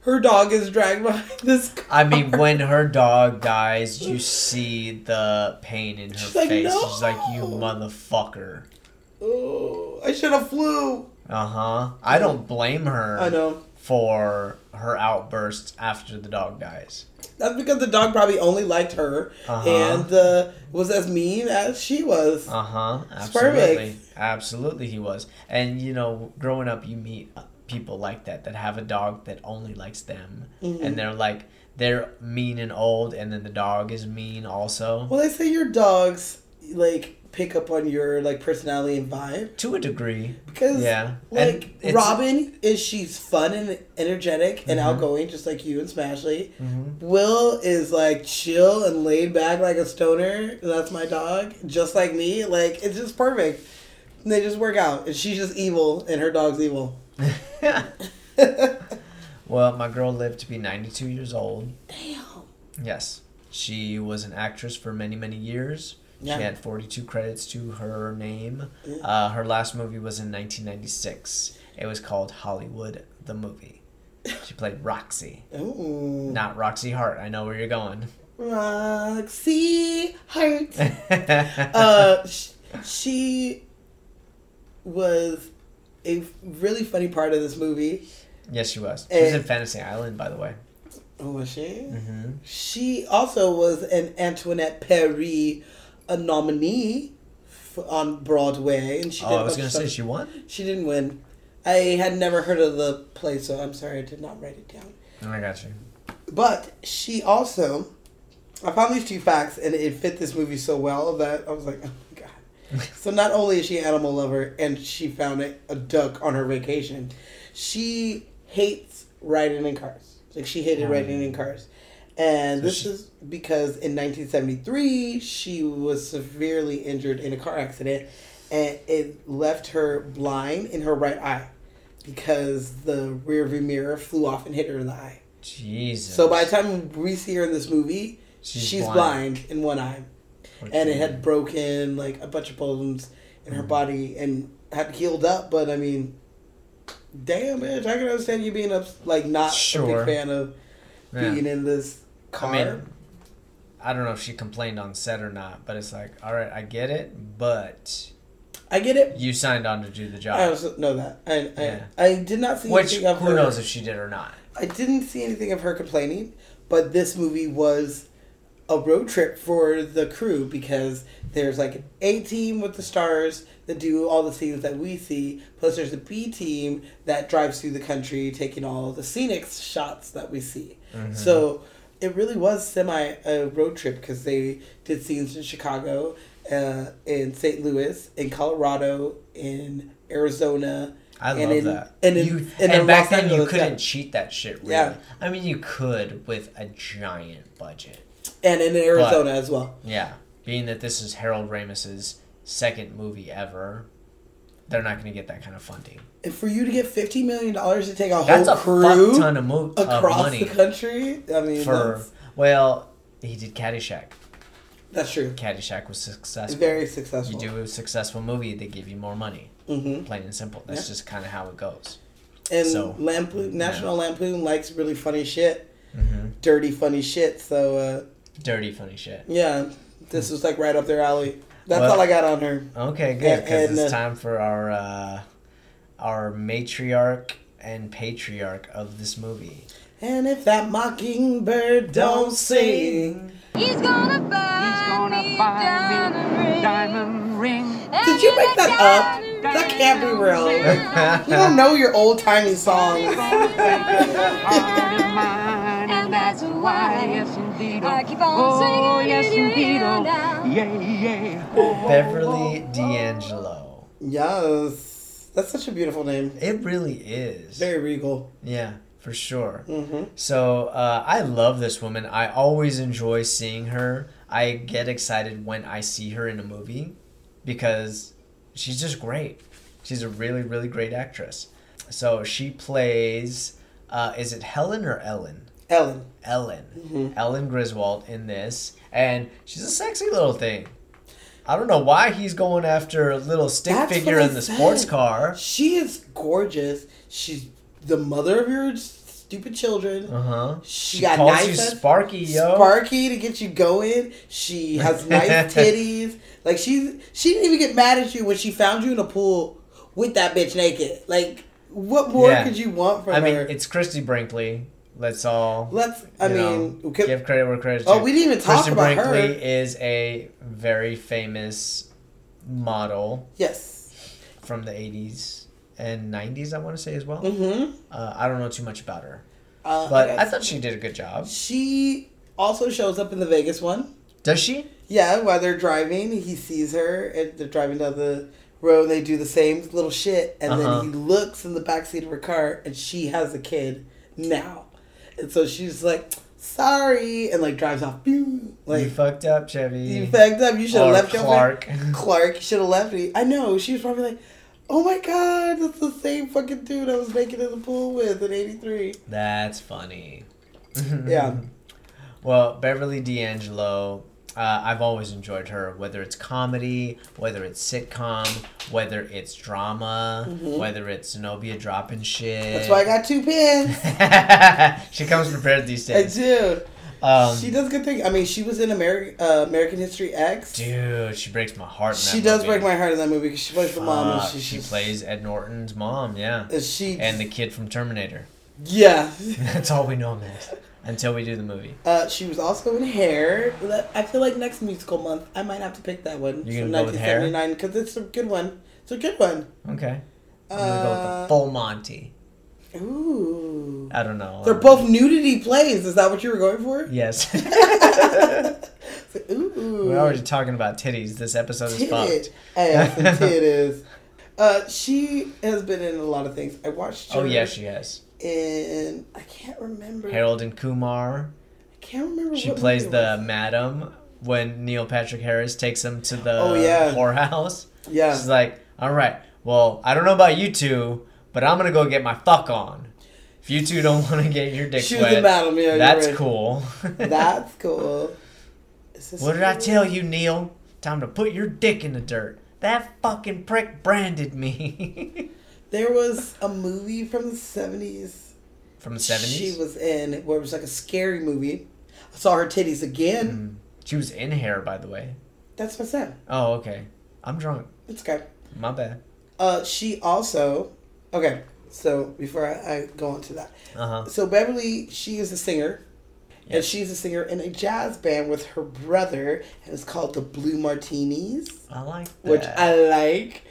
A: her dog is dragged behind this car.
B: I mean, when her dog dies, you see the pain in her
A: She's like,
B: face. She's like, you motherfucker.
A: Oh, I should have flew.
B: Uh huh. I don't blame her.
A: I know.
B: For her outbursts after the dog dies.
A: That's because the dog probably only liked her
B: Uh-huh.
A: and uh, was as mean as she was.
B: Uh huh.
A: It's perfect.
B: Absolutely. Absolutely, he was. And you know, growing up, you meet uh, people like that that have a dog that only likes them,
A: Mhm.
B: and they're like they're mean and old, and then the dog is mean also
A: Well, they say your dogs like pick up on your like personality and vibe
B: to a degree.
A: because
B: yeah, And
A: like
B: it's-
A: Robin is she's fun and energetic and
B: Mhm.
A: outgoing just like you and Smashley.
B: Mhm.
A: Will is like chill and laid back like a stoner. That's my dog, just like me. Like it's just perfect. And they just work out. And she's just evil, and her dog's evil.
B: Well, my girl lived to be 92 years old. Damn. Yes. She was an actress for many, many years.
A: Yeah.
B: She had 42 credits to her name.
A: Yeah.
B: Uh, her last movie was in 1996. It was called Hollywood the Movie. She played Roxy.
A: Ooh.
B: Not Roxy Hart. I know where you're going.
A: Roxy Hart. uh, sh- she was a really funny part of this movie.
B: Yes, she was. She was
A: Eh.
B: in Fantasy Island, by the way.
A: Oh, was she?
B: hmm
A: She also was an Antoinette Perry a nominee for, on Broadway, and she.
B: Oh,
A: did
B: I
A: a bunch
B: was going
A: of
B: to say
A: stuff.
B: she won.
A: She didn't win. I had never heard of the play, so I'm sorry I did not write it down.
B: Oh, I got you.
A: But she also, I found these two facts, and it fit this movie so well that I was like, oh my god. so not only is she an animal lover, and she found a, a duck on her vacation, she hates riding in cars. Like she hated
B: Yeah.
A: riding in cars. And
B: Oh. So
A: this
B: she-
A: is because in 1973 she was severely injured in a car accident and it left her blind in her right eye because the rearview mirror flew off and hit her in the eye.
B: Jesus.
A: So by the time we see her in this movie,
B: She's
A: she's,
B: blind.
A: blind. in one eye,
B: What
A: and it
B: the-
A: had broken like a bunch of bones in
B: Mm.
A: her body and had healed up. But I mean, damn, bitch, I can understand you being up like not a
B: Sure.
A: big fan of
B: Yeah.
A: being in this car.
B: I mean, I don't know if she complained on set or not, but it's like, all right, I get it, but
A: I get it.
B: You signed on to do the job.
A: I also know that. I I,
B: uh, Yeah.
A: I did not see
B: Which
A: anything of
B: who
A: her.
B: knows if she did or not.
A: I didn't see anything of her complaining, but this movie was a road trip for the crew because there's like an A team with the stars that do all the scenes that we see, plus there's a B team that drives through the country taking all the scenic shots that we see.
B: Mhm.
A: So it really was semi a road trip because they did scenes in Chicago, uh, in St. Louis, in Colorado, in Arizona.
B: I
A: and
B: love
A: in-
B: that.
A: And, in,
B: you,
A: and,
B: and,
A: in Los
B: back then you
A: Angeles, yeah.
B: couldn't cheat that shit. Really.
A: Yeah.
B: I mean, you could with a giant budget.
A: and in Arizona
B: But-
A: as well.
B: Yeah. Being that this is Harold Ramis's second movie ever, they're not going to get that kind of funding.
A: And for you to get fifty million dollars to take a whole
B: That's a
A: crew
B: fuck ton of mo- of
A: across
B: money
A: the country, I mean,
B: for
A: that's,
B: well, he did Caddyshack.
A: That's true.
B: Caddyshack was successful.
A: Very successful.
B: You do a successful movie, they give you more money.
A: Mhm.
B: Plain and simple. That's
A: Yeah.
B: just kind of how it goes.
A: and
B: so,
A: Lampoon
B: yeah.
A: National Lampoon likes really funny shit,
B: Mhm.
A: dirty funny shit. So uh,
B: Dirty funny shit.
A: yeah, this was like right up their alley. That's
B: Well-
A: all I got on her.
B: Okay, good. Because
A: And,
B: it's
A: uh,
B: time for our uh, our matriarch and patriarch of this movie.
A: And if that mockingbird don't sing,
P: He's gonna buy He's gonna me buy diamond ring. Diamond ring.
A: did you make that up? That can't be real. you don't know your old timey songs.
P: And that's why, yes indeed, I keep on oh, singing yes indeed, oh.
M: Yeah, yeah.
B: Beverly D'Angelo.
A: Yes, that's such a beautiful name.
B: It really is.
A: Very regal.
B: Yeah, for sure.
A: hmm
B: So uh, I love this woman. I always enjoy seeing her. I get excited when I see her in a movie because she's just great. She's a really, really great actress. So she plays. Uh, is it Helen or Ellen?
A: Ellen.
B: Ellen.
A: Mm-hmm.
B: Ellen Griswold in this, and she's a sexy little thing. I don't know why he's going after a little stick
A: That's
B: figure
A: what I
B: in the sports
A: said.
B: car.
A: She is gorgeous. She's the mother of your stupid children.
B: Uh huh.
A: She,
B: She
A: Uh-huh. got
B: calls
A: nice
B: you
A: ass-
B: Sparky, yo.
A: Sparky to get you going. She has nice titties. Like she, she didn't even get mad at you when she found you in a pool with that bitch naked. Like, what more
B: Yeah.
A: could you want from
B: I mean,
A: her?
B: it's Christy Brinkley. Let's all
A: Let's- I
B: you
A: mean,
B: know, give credit where credit's
A: Oh,
B: due.
A: we didn't even talk
B: Christy
A: about her.
B: Brinkley is a very famous model.
A: Yes,
B: from the '80s and '90s, I want to say as well.
A: Mhm.
B: Uh, I don't know too much about her,
A: Uh,
B: but
A: okay.
B: I thought she did a good job.
A: She also shows up in the Vegas one.
B: Does she?
A: Yeah, while they're driving, he sees her, and they're driving down the road. They do the same little shit, and
B: Uh-huh.
A: then he looks in the backseat of her car, and she has a kid now, and so she's like, "Sorry," and like drives off. Pew.
B: you
A: Like
B: fucked up, Chevy.
A: you fucked up. You should have
B: Or
A: left your
B: Clark.
A: friend- Clark, you should have left me. I know. She was probably like, "Oh my god, that's the same fucking dude I was making in the pool with in '83."
B: That's funny. Mm-hmm.
A: Yeah.
B: Well, Beverly D'Angelo, uh, I've always enjoyed her, whether it's comedy, whether it's sitcom, whether it's drama,
A: Mhm.
B: whether it's Zenobia dropping shit.
A: That's why I got two pins.
B: she comes prepared these
A: I
B: days.
A: do.
B: Um,
A: she does good things. I mean, she was in American uh, American History X.
B: Dude, she breaks my heart. In that
A: she does
B: movie.
A: break my heart in that movie because she plays the mom and
B: Fuck,
A: she,
B: she
A: she
B: plays Ed Norton's mom, yeah.
A: And she-
B: and the kid from Terminator.
A: yeah.
B: That's all we know him as until we do the movie.
A: Uh, she was also in Hair. That- I feel like next musical month I might have to pick that one
B: You're
A: from
B: gonna go with Hair?
A: 1979 because it's a good one. It's a good one.
B: Okay. I'm gonna go with the
A: Uh,
B: full Monty.
A: Ooh,
B: I don't know.
A: they're both nudity plays. Is that what you were going for?
B: Yes.
A: Ooh,
B: We're already talking about titties. This episode is fucked.
A: Tit ass and titties. Uh, she has been in a lot of things. I watched. Her
B: oh yeah, she has.
A: in I can't remember.
B: Harold and Kumar.
A: I can't remember.
B: She
A: what
B: plays
A: movie it
B: the madam when Neil Patrick Harris takes him to the
A: Oh, yeah.
B: whorehouse.
A: Yeah.
B: She's like, all right, well, I don't know about you two, but I'm going to go get my fuck on. If you two don't want to get your dick
A: She's the
B: wet,
A: madam, yeah, you're
B: that's
A: right.
B: cool.
A: was. That's cool. Is this
B: What did I
A: the-
B: tell you, Neil? Time to put your dick in the dirt. That fucking prick branded me.
A: There was a movie from the seventies.
B: From the 70s?
A: She was in where it was like a scary movie. I saw her titties again.
B: she was in hair, by the way.
A: That's what I said.
B: Oh, okay. I'm drunk.
A: It's okay.
B: My bad.
A: Uh, she also okay. So before I, I go on to that,
B: Uh huh.
A: so Beverly, she is a singer, and she's a singer in a jazz band with her brother, and it's called the Blue Martinis,
B: I like that.
A: which uh, I like.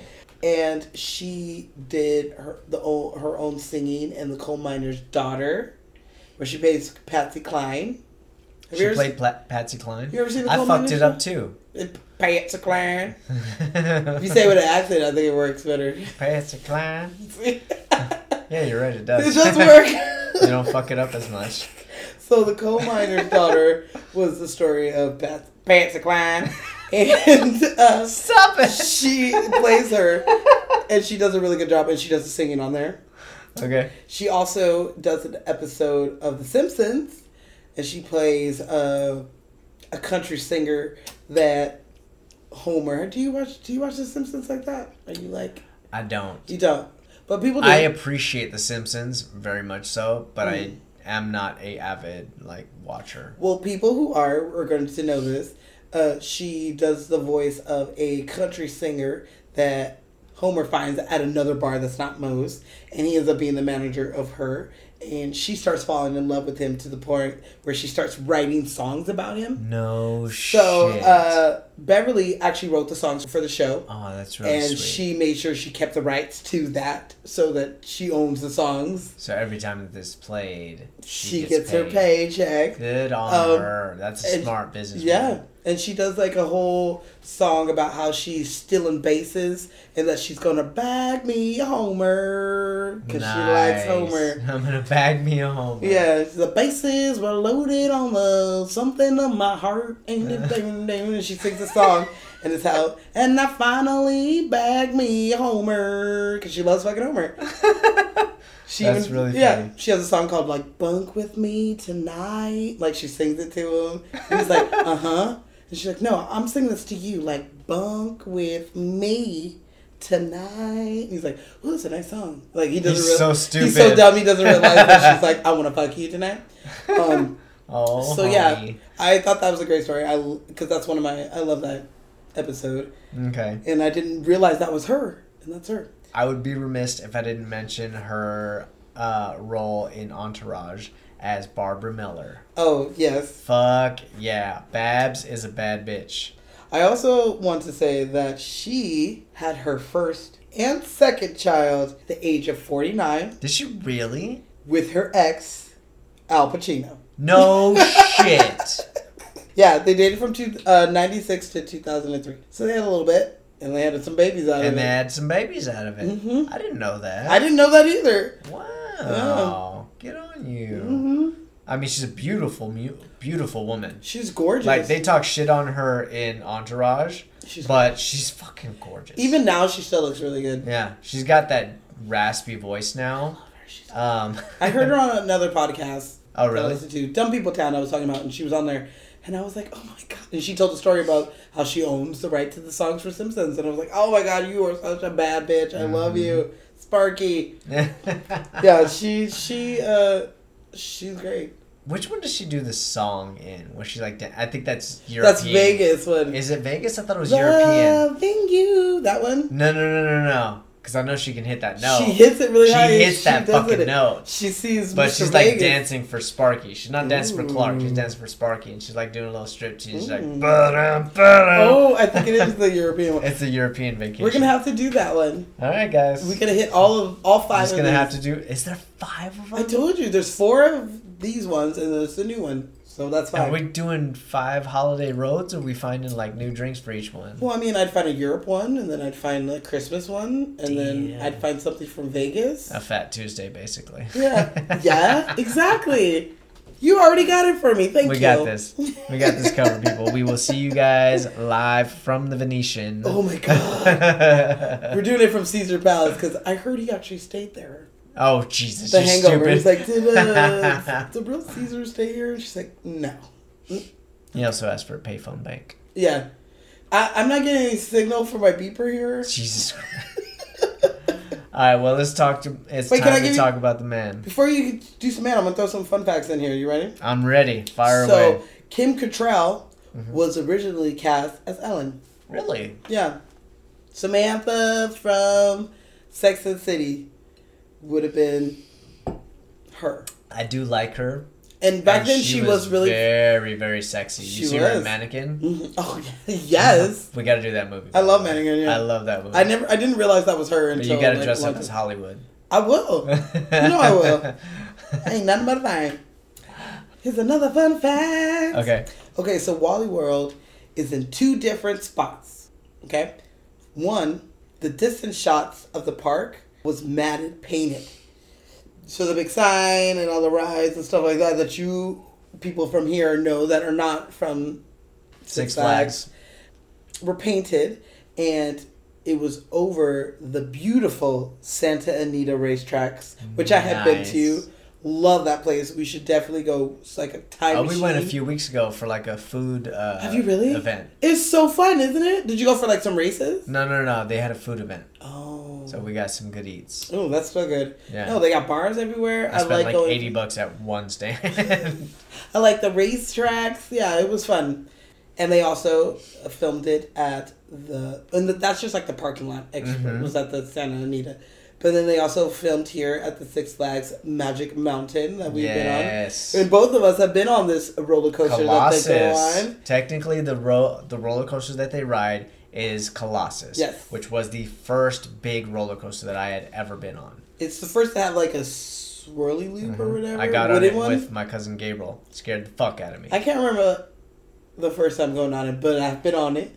A: And she did her the o- her own singing in the Coal Miner's Daughter, where she plays Patsy Cline. Have
B: she
A: you ever
B: played Pla- Patsy Cline.
A: you ever seen the
B: I
A: Coal
B: fucked
A: Miner's
B: it up too.
A: seen Patsy Cline? if you say it with an accent, I think it works better.
B: Patsy Cline. Yeah, you're right. It does.
A: It does work.
B: you don't fuck it up as much.
A: So the coal miner's daughter was the story of Pat- Patsy Cline, and uh,
B: stop it.
A: She plays her, and she does a really good job, and she does the singing on there.
B: Okay.
A: She also does an episode of The Simpsons, and she plays uh, a country singer that Homer. Do you watch? Do you watch The Simpsons like that? Are you like
B: I don't.
A: you don't? But people do.
B: I appreciate The Simpsons very much so, but
A: Mhm.
B: I am not a avid like watcher.
A: Well, people who are are going to know this. Uh, she does the voice of a country singer that Homer finds at another bar that's not Moe's, and he ends up being the manager of her. And she starts falling in love with him to the point where she starts writing songs about
B: Mm-hmm.
A: him.
B: No
A: So
B: shit.
A: uh, Beverly actually wrote the songs for the show.
B: oh, that's really
A: and
B: sweet.
A: she made sure she kept the rights to that so that she owns the songs.
B: so every time that this played, she,
A: She, gets, her paycheck.
B: Good on
A: Um,
B: her. That's a
A: and-
B: smart business.
A: Yeah, and she does like a whole song about how she's stealing bases and that she's gonna bag me a Homer because she likes Homer.
B: I'm gonna bag me a Homer.
A: Yeah, the bases were loaded on the something of my heart, and, it- ding, ding, and she sings a song, and it's how and I finally bagged me a Homer because she loves fucking Homer. She
B: That's really funny.
A: she has a song called like "Bunk with Me Tonight." Like she sings it to him. And he's like, "Uh huh," and she's like, "No, I'm singing this to you. Like bunk with me tonight." And he's like, "Ooh, that's a nice song." Like he doesn't.
B: He's
A: real-
B: so
A: He's so
B: stupid.
A: dumb. He doesn't realize that she's like, "I want to fuck you tonight." Um,
B: Oh,
A: so yeah,
B: honey.
A: I thought that was a great story. I because that's one of my I love that episode,
B: Okay.
A: and I didn't realize that was her, and that's her.
B: I would be remiss if I didn't mention her uh, role in Entourage as Barbara Miller.
A: Oh yes.
B: Fuck yeah, Babs is a bad bitch.
A: I also want to say that she had her first and second child at the age of 49.
B: Did she really?
A: With her ex, Al Pacino.
B: No shit.
A: Yeah, they dated from two, uh, 96 to 2003. So they had a little bit, and they had some babies out
B: And
A: of
B: they
A: it.
B: had some babies out of it.
A: Mhm.
B: I didn't know that.
A: I Oh. Mm-hmm. didn't know that either.
B: Wow. Get on you. I mean, she's a beautiful, mu- beautiful woman.
A: She's gorgeous.
B: Like they talk shit on her in Entourage, but she's fucking gorgeous.
A: Even now, she still looks really good.
B: Yeah, she's got that raspy voice now. Um,
A: I heard her on another podcast. that
B: Oh,
A: I
B: really?
A: listened to Dumb People Town. I was talking about, and she was on there, and I was like, "Oh my god!" And she told the story about how she owns the right to the songs for Simpsons, and I was like, "Oh my god, you are such a bad bitch. I
B: Mm-hmm.
A: love you, Sparky."
B: Um,
A: yeah, she she uh she's great.
B: Which one does she do the song in? Was she like? da- I think that's European.
A: That's Vegas one.
B: Is it Vegas? I thought it was European.
A: Loving you, that one.
B: No, no, no, no, no. Because I know she can hit that note.
A: She hits it really
B: she
A: high and
B: hits
A: she
B: that
A: does
B: fucking
A: it.
B: note.
A: She sees,
B: But
A: Mr.
B: she's like
A: Vegas.
B: dancing for Sparky. She's not dancing for Clark.
A: Mm.
B: She's dancing for Sparky, and she's like doing a little strip tease. She's like,
A: Ooh.
B: ba-dum, ba-dum.
A: Mm. Oh, I think it is the European one.
B: It's a European vacation.
A: We're gonna have to do that one.
B: All right, guys.
A: We're gonna hit all of all
B: I'm
A: five.
B: just
A: of
B: gonna
A: these.
B: have to do. Is there? Five of them.
A: I told you, there's four of these ones, and there's the new one. So that's fine.
B: Are we doing five holiday roads, or are we finding like new drinks for each one?
A: Well, I mean, I'd find a Europe one, and then I'd find a Christmas one, and then I'd find something from Vegas.
B: A Fat Tuesday, basically.
A: Yeah, yeah, exactly. You already got it for me. Thank
B: we
A: you.
B: got this. We got this covered, people. We will see you guys live from the Venetian.
A: Oh my god, we're doing it from Caesar Palace because I heard he actually stayed there.
B: Oh Jesus,
A: the
B: you're
A: Hangover. He's like,
B: stupid.
A: did uh, the real Caesar stay here? And she's like, no.
B: He also asked for a payphone bank.
A: Yeah, I, I'm not getting any signal for my beeper here.
B: Jesus. All right, well, let's talk to. It's
A: Wait, can I
B: time
A: give
B: to
A: you-
B: talk about the man.
A: Before you do some man, I'm gonna throw some fun facts in here. You ready?
B: I'm ready. Fire
A: so
B: away. Mm-hmm.
A: Kim Cattrall was originally cast as Ellen.
B: Really?
A: Yeah. Samantha from Sex and the City would have been her.
B: I do like her.
A: And back
B: And
A: then she, was, really
B: very, very sexy. You
A: She
B: see her in
A: was.
B: Mannequin.
A: Oh yes.
B: we got to do that movie.
A: I love Mannequin. Yeah.
B: I love that movie.
A: I never. I didn't realize that was her
B: But
A: until.
B: you got to
A: like,
B: dress up
A: long-
B: as Hollywood.
A: I will. you know I will. Ain't nothing but a thing. Here's another fun fact.
B: Okay.
A: Okay, so Wally World is in two different spots. Okay? One, the distance shots of the park was matted painted. So the big sign and all the rides and stuff like that that you people from here know that are not from
B: Six
A: were painted and it was over the beautiful Santa Anita racetracks, which I have been
B: Nice.
A: to. Love that place. We should definitely go. It's like a time.
B: Oh, we went a
A: machine.
B: few weeks ago for like a food. Uh,
A: Have you really?
B: Event. Mm.
A: It's so fun, isn't it? Did you go for like some races?
B: No, no, no. They had a food event,
A: Oh.
B: so we got some good eats.
A: Oh, that's so good.
B: Yeah.
A: No, they got bars everywhere. I,
B: I spent
A: like,
B: like,
A: going.
B: eighty bucks at one stand.
A: I like the racetracks. Yeah, it was fun. And they also filmed it at the and that's just like the parking lot extra
B: Mhm.
A: was at the Santa Anita. But then they also filmed here at the Six Flags Magic Mountain that we've
B: Yes.
A: been on. And both of us have been on this roller coaster that they go on.
B: Colossus. Technically, the ro- the roller coaster that they ride is Colossus.
A: Yes.
B: Which was the first big roller coaster that I had ever been on.
A: It's the first to have like a swirly loop or whatever.
B: Mm-hmm. I got on
A: wooden
B: it with my cousin Gabriel. Scared the fuck out of me.
A: I can't remember the first time going on it, but I've been on it.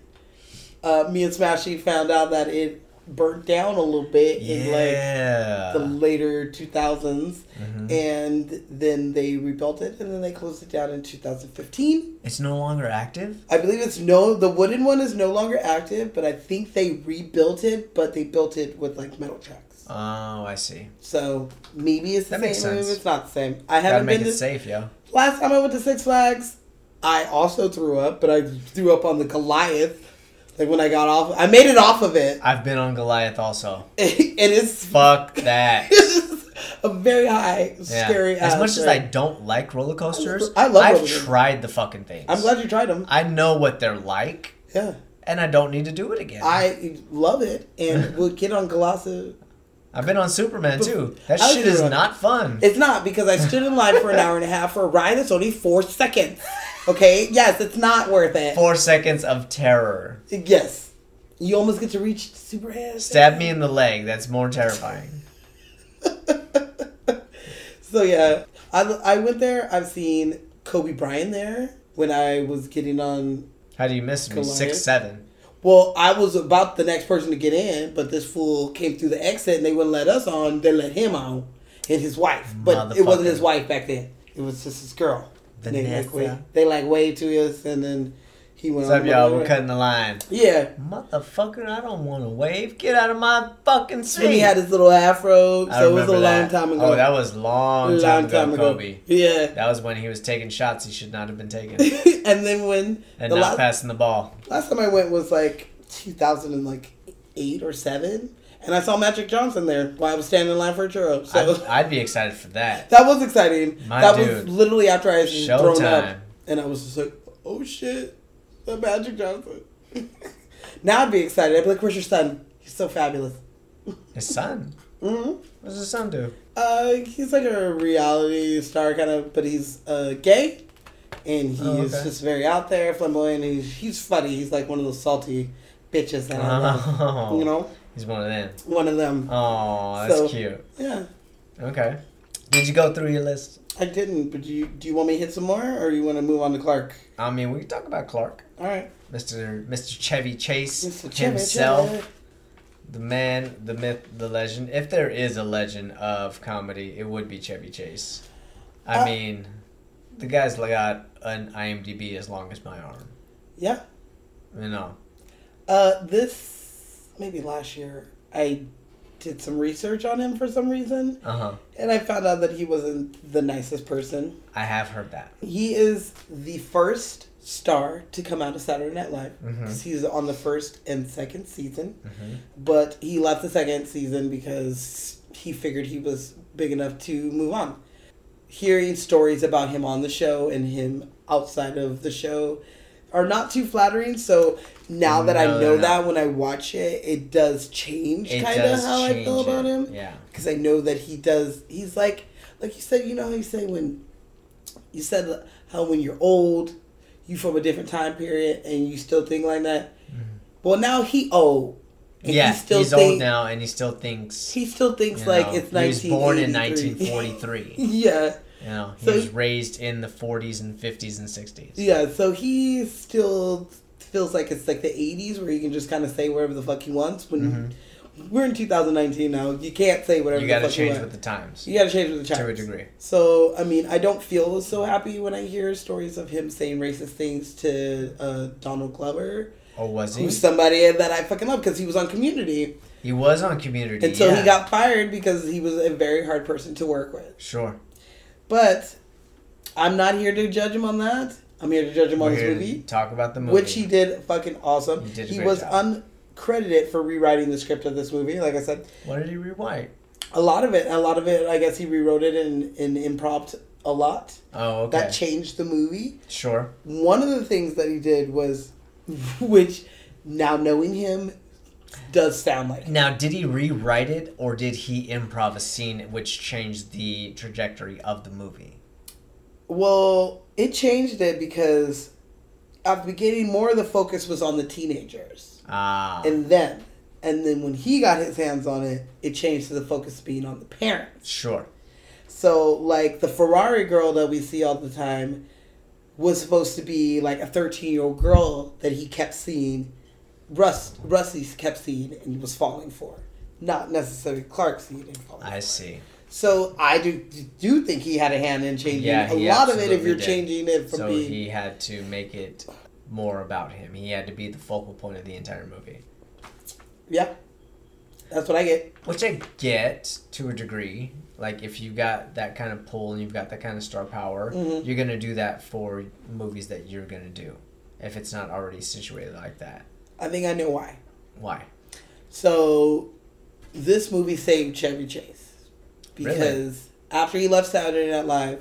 A: Uh, me and Smashy found out that it burnt down a little bit
B: Yeah.
A: in like the later 2000s,
B: Mhm.
A: and then they rebuilt it, and then they closed it down in 2015.
B: It's no longer active.
A: I believe it's no the wooden one is no longer active, but I think they rebuilt it, but they built it with like metal tracks.
B: Oh, I see.
A: So maybe it's the
B: That makes
A: same. Maybe
B: sense.
A: it's not the same. I
B: Gotta
A: haven't
B: make
A: been
B: it
A: this
B: safe, yo.
A: Last time I went to Six Flags, I also threw up, but I threw up on the Goliath. Like when I got off, I made it off of it.
B: I've been on Goliath also.
A: it is
B: Fuck that.
A: a very high,
B: Yeah.
A: scary.
B: As
A: ass
B: much as I
A: ride.
B: don't like roller coasters,
A: I love
B: I've
A: roller coasters.
B: tried the fucking things.
A: I'm glad you tried them.
B: I know what they're like.
A: Yeah.
B: And I don't need to do it again.
A: I love it, and we'll get on Colossus.
B: I've been on Superman too. That
A: I was
B: shit is
A: doing-
B: not fun.
A: It's not because I stood in line for an hour and a half for a ride that's only four seconds. Okay, yes, it's not worth it.
B: Four seconds of terror.
A: Yes, you almost get to reach Superhead.
B: Stab me in the leg. That's more terrifying.
A: So yeah, I, I went there. I've seen Kobe Bryant there when I was getting on.
B: How do you miss me?
A: Goliath.
B: Six seven.
A: Well, I was about the next person to get in, but this fool came through the exit and they wouldn't let us on. They let him on and his wife, but it wasn't his
B: Motherfucker.
A: wife back then. It was just his girl. And They like,
B: Vanessa.
A: waved, they like waved to us and then he went.
B: What's up,
A: on.
B: y'all? We're cutting the line.
A: Yeah.
B: Motherfucker, I don't want to wave. Get out of my fucking seat.
A: And he had his little afro,
B: I
A: so it was a
B: remember
A: long
B: that.
A: time ago.
B: Oh, that was long time
A: Long
B: ago,
A: time ago.
B: Kobe.
A: Yeah.
B: That was when he was taking shots he should not have been taking
A: and then when
B: and
A: the
B: not
A: last
B: passing the ball.
A: Last time I went was like 2008 or 7. And I saw Magic Johnson there while I was standing in line for a churro. So
B: I'd, I'd be excited for that.
A: that was exciting.
B: My
A: that
B: dude.
A: was literally after I had thrown up.
B: Showtime.
A: And I was just like, oh shit, the Magic Johnson. now I'd be excited. I'd be like, where's your son? He's so fabulous.
B: His son.
A: Mm-hmm.
B: What does his son do?
A: Uh, he's like a reality star kind of, but he's uh, gay, and he's
B: Oh, okay.
A: just very out there, flamboyant. And he's he's funny. He's like one of those salty bitches that I love.
B: Oh.
A: You know,
B: He's one of them.
A: one of them.
B: Oh, that's
A: So,
B: cute.
A: Yeah.
B: Okay. Did you go through your list?
A: I didn't, but do you do you want me to hit some more, or you want to move on to Clark?
B: I mean, we can talk about Clark.
A: All right.
B: Mr. Mr. Chevy Chase
A: Mr. Chevy
B: himself,
A: Chase.
B: the man, the myth, the legend. If there is a legend of comedy, it would be Chevy Chase. I
A: Uh,
B: mean, the guy's got an IMDb as long as my arm.
A: Yeah.
B: You know,
A: Uh, this maybe last year I did some research on him for some reason,
B: uh huh.
A: and I found out that he wasn't the nicest person.
B: I have heard that.
A: He is the first star to come out of Saturday Night Live.
B: Mhm.
A: 'cause He's on the first and second season,
B: Mhm.
A: but he left the second season because he figured he was big enough to move on. Hearing stories about him on the show and him outside of the show are not too flattering. So now that I
B: No,
A: know
B: they're
A: that when I watch it, it does change
B: It
A: kind of
B: does
A: how I feel
B: change
A: about
B: it,
A: him.
B: yeah.
A: Because I know that he does. He's like, like you said, you know how you say when, you said how when you're old, you from a different time period and you still think like that. Well, now he old. and
B: Mm-hmm. yeah,
A: he still
B: he's old
A: think-
B: now, and he still thinks.
A: He still thinks
B: you
A: like
B: know,
A: it's
B: He was born in
A: 1983.
B: 1943.
A: yeah.
B: You know, he
A: So-
B: was raised in the 40s and 50s and 60s.
A: Yeah, so he still feels like it's like the 80s where you can just kind of say whatever the fuck he wants. When we're in 2019 now, you can't say whatever
B: Mm-hmm. You
A: the
B: got to
A: fuck you
B: change
A: want.
B: with the times.
A: You gotta change with the times.
B: To a degree.
A: So I mean, I don't feel so happy when I hear stories of him saying racist things to uh, Donald Glover,
B: Or was he?
A: who's somebody that I fucking love because he was on Community
B: He was on Community.
A: until
B: yeah.
A: he got fired because he was a very hard person to work with.
B: Sure.
A: But I'm not here to judge him on that. I'm here to judge him on
B: We're
A: his
B: here to
A: movie,
B: Talk about the movie.
A: which he did fucking awesome. He,
B: did a great
A: was
B: job.
A: uncredited for rewriting the script of this movie. Like I said,
B: What did he rewrite?
A: a lot of it. A lot of it. I guess he rewrote it in in improv a lot.
B: Oh, okay.
A: That changed the movie.
B: Sure.
A: One of the things that he did was, which now knowing him, does sound like.
B: Now, did he rewrite it or did he improv a scene which changed the trajectory of the movie?
A: Well, it changed it because at the beginning, more of the focus was on the teenagers
B: Ah.
A: and them. And then when he got his hands on it, it changed to the focus being on the parents.
B: Sure.
A: So like the Ferrari girl that we see all the time was supposed to be like a thirteen year old girl that he kept seeing Russ Rusty kept seeing and was falling for. Not necessarily Clark seeing and falling.
B: I see.
A: So I do do think he had a hand in changing
B: Yeah,
A: a
B: he
A: lot of it if
B: absolutely
A: you're
B: did.
A: changing it from
B: so
A: being
B: he had to make it more about him. He had to be the focal point of the entire movie.
A: Yeah. That's what I get.
B: Which I get to a degree. Like if you got that kind of pull and you've got that kind of star power,
A: Mhm.
B: you're gonna do that for movies that you're gonna do. If it's not already situated like that,
A: I think I know why.
B: why?
A: So this movie saved Chevy Chase
B: Really?
A: because after he left Saturday Night Live,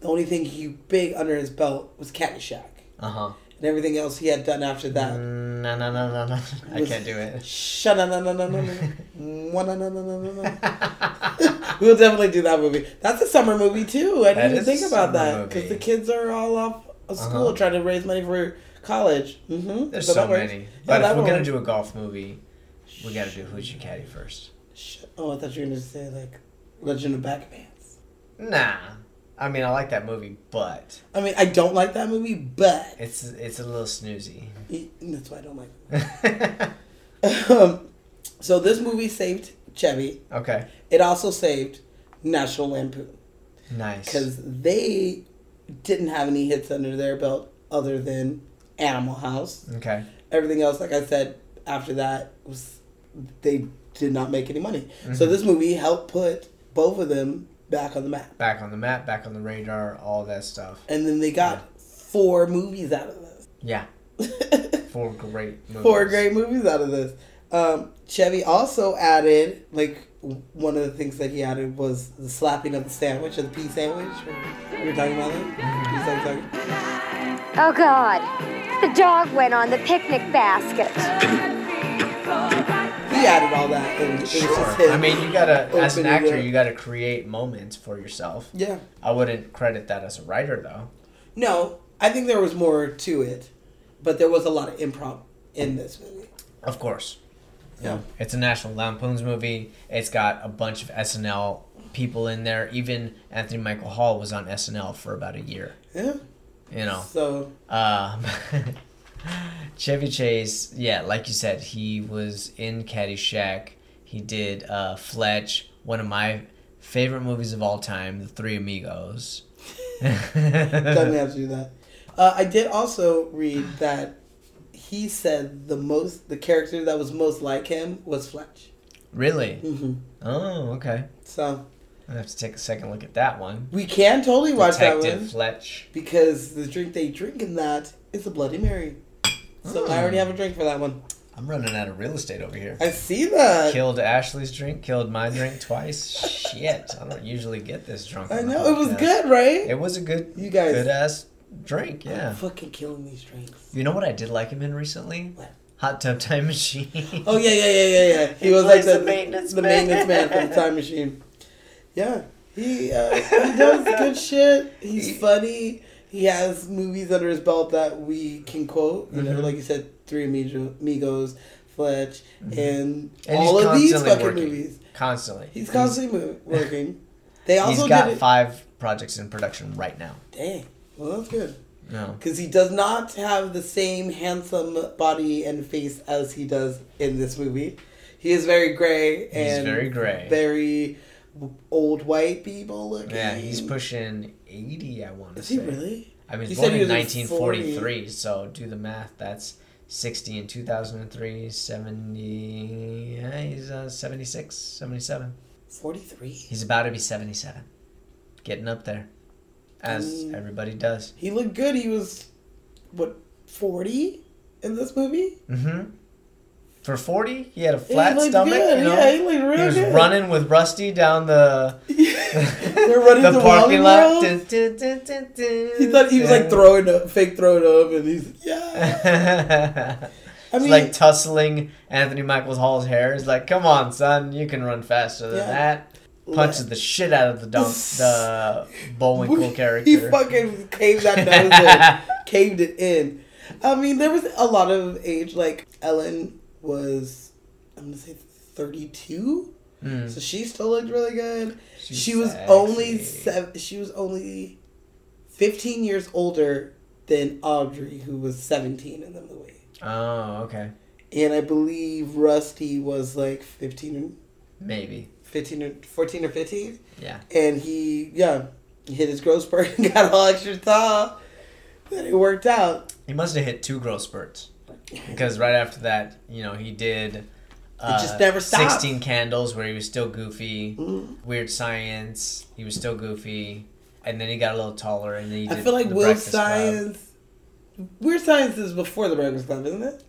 A: the only thing he big under his belt was Caddyshack,
B: Uh huh.
A: and everything else he had done after that.
B: No, no, no, no, no. I
A: Was-
B: can't do it.
A: Shut na na na na na na na na We'll definitely do that movie. That's a summer movie too. I
B: That
A: didn't even
B: is
A: think
B: a
A: about
B: summer
A: that because
B: movie.
A: the kids are all off of school
B: Uh-huh.
A: trying to raise money for college. hmm
B: There's so many. but if we're gonna do a golf movie, we gotta do Who's Your Caddy first.
A: Oh, I thought you were gonna say like Legend of Back Pants.
B: Nah. I mean, I like that movie, but
A: I mean, I don't like that movie, but
B: it's it's a little snoozy.
A: e- that's why I don't like. It. um, so this movie saved Chevy.
B: Okay.
A: It also saved National Lampoon
B: Nice.
A: because they didn't have any hits under their belt other than Animal House.
B: Okay.
A: Everything else, like I said, after that was they did not make any money. So
B: Mhm.
A: this movie helped put both of them back on the map.
B: Back on the map, back on the radar, all that stuff.
A: and then they got four movies out of this.
B: Yeah. Four great movies.
A: Four great movies out of this. Um, Chevy also added, like, w- one of the things that he added was the slapping of the sandwich, or the pea sandwich. Or, we were talking about it. Pea sandwich, sorry.
E: Oh, God. The dog went on the picnic basket.
A: He added all that. And it was
B: Sure.
A: just him.
B: I mean, you gotta, as an
A: opening
B: actor,
A: it.
B: you gotta create moments for yourself.
A: Yeah.
B: I wouldn't credit that as a writer, though.
A: No, I think there was more to it, but there was a lot of improv in this movie.
B: Of course.
A: Yeah.
B: It's a National Lampoon's movie. It's got a bunch of SNL people in there. Even Anthony Michael Hall was on SNL for about a year.
A: Yeah.
B: You know.
A: So.
B: Um, Chevy Chase, yeah, like you said, he was in Caddyshack. He did uh, Fletch, one of my favorite movies of all time, The Three Amigos.
A: Doesn't have to do that. Uh, I did also read that he said the most, the character that was most like him was Fletch.
B: Really?
A: Mm-hmm.
B: Oh, okay.
A: So
B: I have to take a second look at that one.
A: We can totally watch that
B: Detective
A: one.
B: Fletch.
A: Because the drink they drink in that is a Bloody Mary. So I already
B: Hmm.
A: have a drink for that one.
B: I'm running out of real estate over here.
A: I see that.
B: Killed Ashley's drink, killed my drink twice. Shit, I don't usually get this drunk.
A: I
B: on the
A: know it was
B: podcast.
A: good, right?
B: It was a good,
A: You guys-
B: good ass drink.
A: I'm
B: Yeah.
A: fucking killing these drinks.
B: You know what I did like him in recently? Hot Tub Time Machine.
A: Oh yeah, yeah, yeah, yeah, yeah. He,
B: He
A: was like
B: plays
A: the,
B: the maintenance
A: the
B: man.
A: maintenance man for the time machine. Yeah, he uh, he does good shit. He's funny. He has movies under his belt that we can quote. You know,
B: Mhm.
A: like you said, Three Amigo- Amigos, Fletch,
B: Mhm.
A: and,
B: And he's
A: all of these
B: constantly
A: fucking
B: working.
A: movies.
B: Constantly.
A: He's constantly mo- working. They also
B: he's got
A: did it.
B: five projects in production right now.
A: Dang. Well, that's good.
B: No.
A: Because he does not have the same handsome body and face as he does in this movie. He is very gray and
B: very gray.
A: very old white people looking.
B: Yeah, he's pushing 80, I want to
A: Is
B: say.
A: he really?
B: I mean,
A: You
B: he's
A: said
B: born
A: he
B: in
A: was in
B: 1943, so do the math. That's 60 in 2003, 70. Yeah, he's uh, 76, 77.
A: 43.
B: He's about to be 77. Getting up there, as
A: Mm.
B: everybody does.
A: He looked good. He was what forty in this movie.
B: Mm-hmm. For 40, he had a
A: He
B: flat
A: looked
B: stomach.
A: good,
B: You know?
A: yeah, he looked real
B: was
A: good.
B: running with Rusty down the,
A: They're running
B: the
A: the,
B: parking lot.
A: Dun,
B: dun, dun, dun, dun.
A: He thought he was like throwing up, fake throwing up, and he's
B: I
A: mean-
B: like tussling Anthony Michaels Hall's hair. He's like, "Come on, son, you can run faster than
A: Yeah.
B: that." Punches the shit out of the dunk, the Bullwinkle character.
A: he fucking caved that nose in, caved it in. I mean, there was a lot of age. Like Ellen was, I'm gonna say thirty-two,
B: Mm.
A: so she still looked really good.
B: She's
A: she was
B: sexy.
A: only seven. She was only fifteen years older than Audrey, who was seventeen in the movie,
B: oh, okay,
A: and I believe Rusty was like fifteen and
B: maybe.
A: 15 or 14 or 15
B: Yeah.
A: and he yeah he hit his growth spurt and got all extra tall then it worked out
B: He must have hit two growth spurts because right after that, you know, he did. Uh,
A: just never stopped. Mm-hmm.
B: Sixteen Candles, where he was still goofy. Weird Science, he was still goofy, and then he got a little taller, and then he.
A: i
B: Did
A: feel like
B: The
A: weird
B: Breakfast Club.
A: science weird science is before the breakfast club isn't it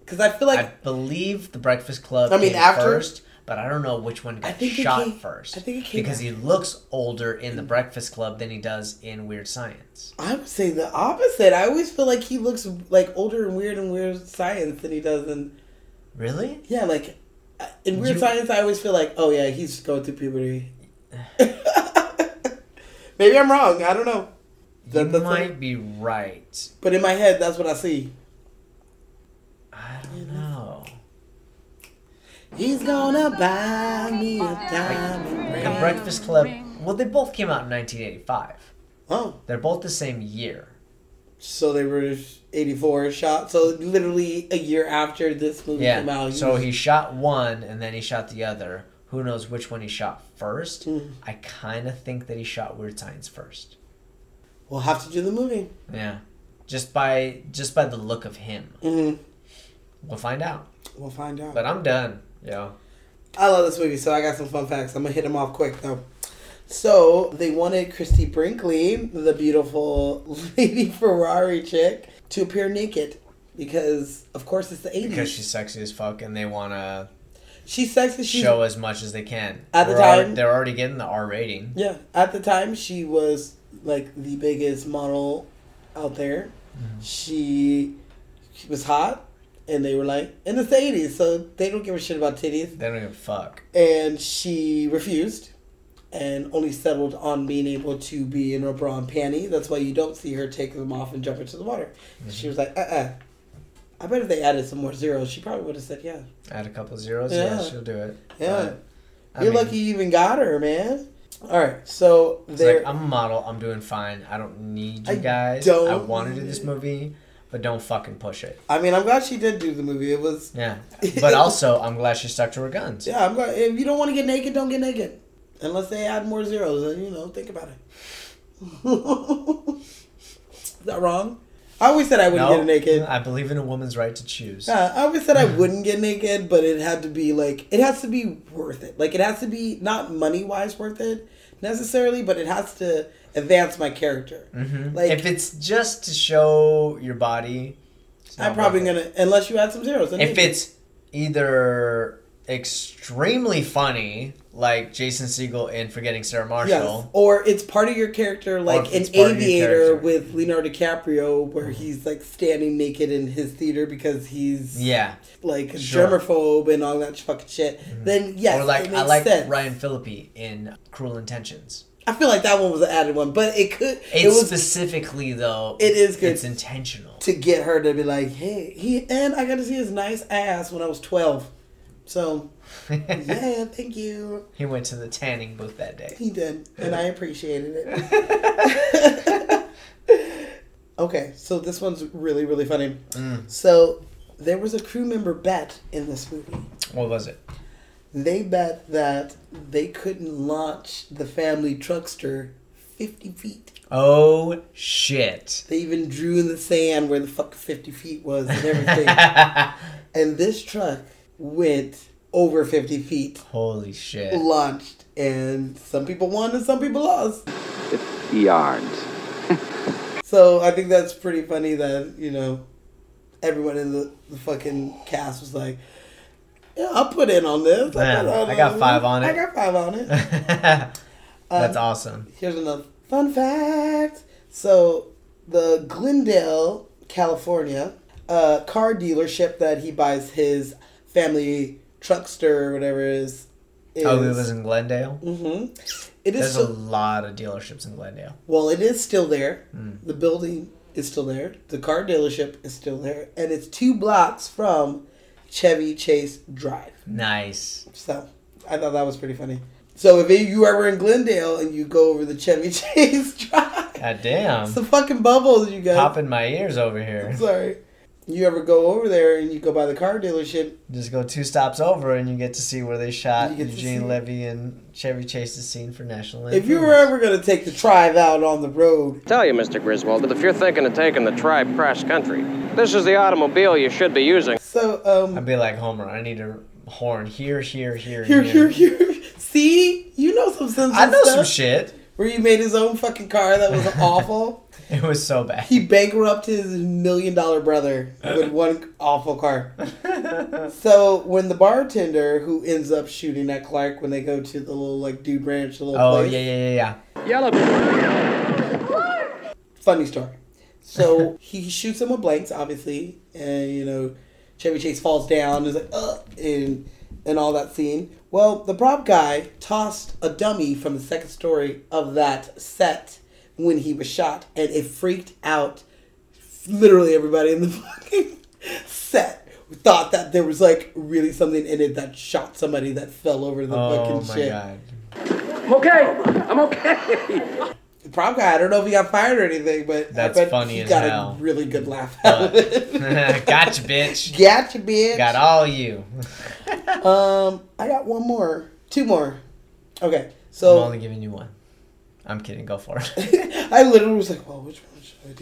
A: because i feel like
B: I believe the Breakfast Club.
A: I mean,
B: came
A: after-
B: first, but I don't know which one got
A: think it
B: shot
A: came-
B: first.
A: I think it came
B: because he looks older in the Breakfast Club than he does in Weird Science.
A: I would say the opposite i always feel like he looks like older and weird and weird science than he does in
B: Really?
A: yeah like uh, in weird
B: You-
A: science i always feel like oh yeah he's going through puberty maybe i'm wrong i don't know
B: You
A: That- that's what-
B: might be right.
A: but in my head that's what i see
B: I don't know.
A: He's gonna buy me a diamond
B: The
A: ring.
B: Breakfast Club. Well, they both came out in 1985.
A: Oh.
B: They're both the same year.
A: So they were 84 shot. So literally a year after this movie came
B: Yeah.
A: out.
B: So
A: was-
B: he shot one and then he shot the other. Who knows which one he shot first?
A: Hmm.
B: I kind of think that he shot Weird Science first.
A: We'll have to do the movie.
B: Yeah. Just by just by the look of him.
A: Mhm.
B: We'll find out.
A: We'll find out.
B: But I'm done. Yo.
A: I love this movie, so I got some fun facts. I'm gonna hit them off quick though. So they wanted Christy Brinkley, the beautiful lady Ferrari chick, to appear naked because, of course, it's the 80s.
B: Because she's sexy as fuck and they want to
A: she's sexy. She's
B: show as much as they can.
A: At the
B: We're al-
A: time-
B: they're already getting the R rating.
A: Yeah, at the time she was like the biggest model out there.
B: Mm-hmm.
A: She, she was hot, and they were like in the eighties, so they don't give a shit about titties.
B: They don't give a fuck.
A: And she refused, and only settled on being able to be in a bra and panty. That's why you don't see her take them off and jump into the water.
B: Mm-hmm.
A: She was like, uh, uh I bet if they added some more zeros, she probably would have said yeah.
B: Add a couple zeros. Yeah,
A: Yeah.
B: she'll do it.
A: Yeah.
B: But, I
A: You're
B: mean,
A: lucky you even got her, man. All right, so
B: It's
A: there.
B: like, I'm a model. I'm doing fine. I don't need you
A: I
B: guys.
A: don't
B: I want to do this
A: need-
B: movie, but don't fucking push it.
A: I mean, I'm glad she did do the movie. It was.
B: Yeah. But also, I'm glad she stuck to her guns.
A: Yeah, I'm glad. If you don't want to get naked, don't get naked. Unless they add more zeros, then you know, think about it. Is that wrong? I always said I wouldn't
B: No,
A: get naked.
B: I believe in a woman's right to choose.
A: Yeah, I always said I wouldn't get naked, but it had to be like it has to be worth it. Like it has to be not money wise worth it necessarily, but it has to advance my character.
B: Mhm.
A: Like-
B: if it's just to show your body, it's
A: I'm
B: not
A: probably
B: worth it.
A: gonna unless you add some zeros. then
B: If
A: maybe.
B: it's either extremely funny, like Jason Siegel in Forgetting Sarah
A: Yes.
B: Marshall,
A: Or it's part of your character, like
B: if
A: an
B: it's part of your
A: aviator
B: character.
A: with Leonardo DiCaprio, where he's like standing naked in his theater because he's
B: Yeah.
A: like a
B: Sure. Mm-hmm.
A: germaphobe and all that fucking shit. Then yes,
B: or like
A: it
B: I
A: makes
B: like
A: sense.
B: Ryan Phillippe in Cruel Intentions.
A: I feel like that one was an added one, but it could.
B: It's
A: it was
B: specifically though.
A: It is good.
B: It's intentional.
A: to get her to be like, hey, he and I got to see his nice ass when I was twelve. So yeah, thank you.
B: He went to the tanning booth that day.
A: He did, and I appreciated it. okay, so this one's really, really funny.
B: Mm.
A: So there was a crew member bet in this movie.
B: What was it?
A: They bet that they couldn't launch the family truckster 50 feet.
B: Oh shit!
A: They even drew in the sand where the fuck 50 feet was and everything. and this truck went over 50 feet,
B: Holy shit!
A: launched, and some people won and some people lost.
N: Yards.
A: So I think that's pretty funny that, you know, everyone in the, the fucking cast was like, yeah, I'll put in on this. I'll
B: Yeah,
A: put in
B: I got five on
A: I
B: it."
A: got five on it.
B: That's
A: Um,
B: awesome.
A: Here's another fun fact. So, the Glendale, California, uh, car dealership that he buys his family truckster or whatever it is. is
B: oh, it was in Glendale.
A: Mm-hmm. It
B: There's
A: is
B: a
A: still,
B: lot of dealerships in Glendale.
A: well, it is still there.
B: Mm.
A: The building is still there. The car dealership is still there, and it's two blocks from Chevy Chase Drive.
B: Nice.
A: So I thought that was pretty funny. So if you ever in Glendale and you go over the Chevy Chase Drive,
B: God damn.
A: it's the fucking bubbles, you guys.
B: Popping my ears over here.
A: Sorry. You ever go over there and you go by the car dealership?
B: Just go two stops over and you get to see where they shot
A: You get to see-
B: Eugene Levy and Chevy Chase's scene for National
A: If you were ever gonna take the drive out on the road,
K: Tell you, Mr. Griswold, if you're thinking of taking the tribe cross country, this is the automobile you should be using.
A: so um,
B: I'd be like Homer. I need a horn here, here, here,
A: here,
B: here.
A: here, here. See, you know some sense.
B: I know some
A: stuff.
B: shit.
A: Where he made his own fucking car that was awful.
B: It was so bad.
A: he bankrupted his million dollar brother with
B: Uh.
A: one awful car. so when the bartender who ends up shooting at Clark when they go to the little like dude ranch, the little
B: Oh
A: place.
B: yeah, yeah, yeah, yeah.
A: Funny story. So he shoots him with blanks, obviously, and you know, Chevy Chase falls down, is like, ugh, and and all that scene. Well, the prop guy tossed a dummy from the second story of that set when he was shot, and it freaked out literally everybody in the fucking set. Thought that there was like really something in it that shot somebody that fell over the
B: Oh
A: fucking
B: my
A: shit.
B: god.
N: I'm okay. I'm okay.
A: The prop guy, I don't know if he got fired or anything, but
B: That's
A: I bet
B: funny
A: he
B: as
A: got
B: hell.
A: a really good laugh out of it.
B: gotcha, bitch.
A: Gotcha, bitch.
B: Got all you.
A: um, I got one more, two more. Okay,
B: I'm
A: so
B: only giving you one. I'm kidding. Go for it.
A: I literally was like, well, which one should I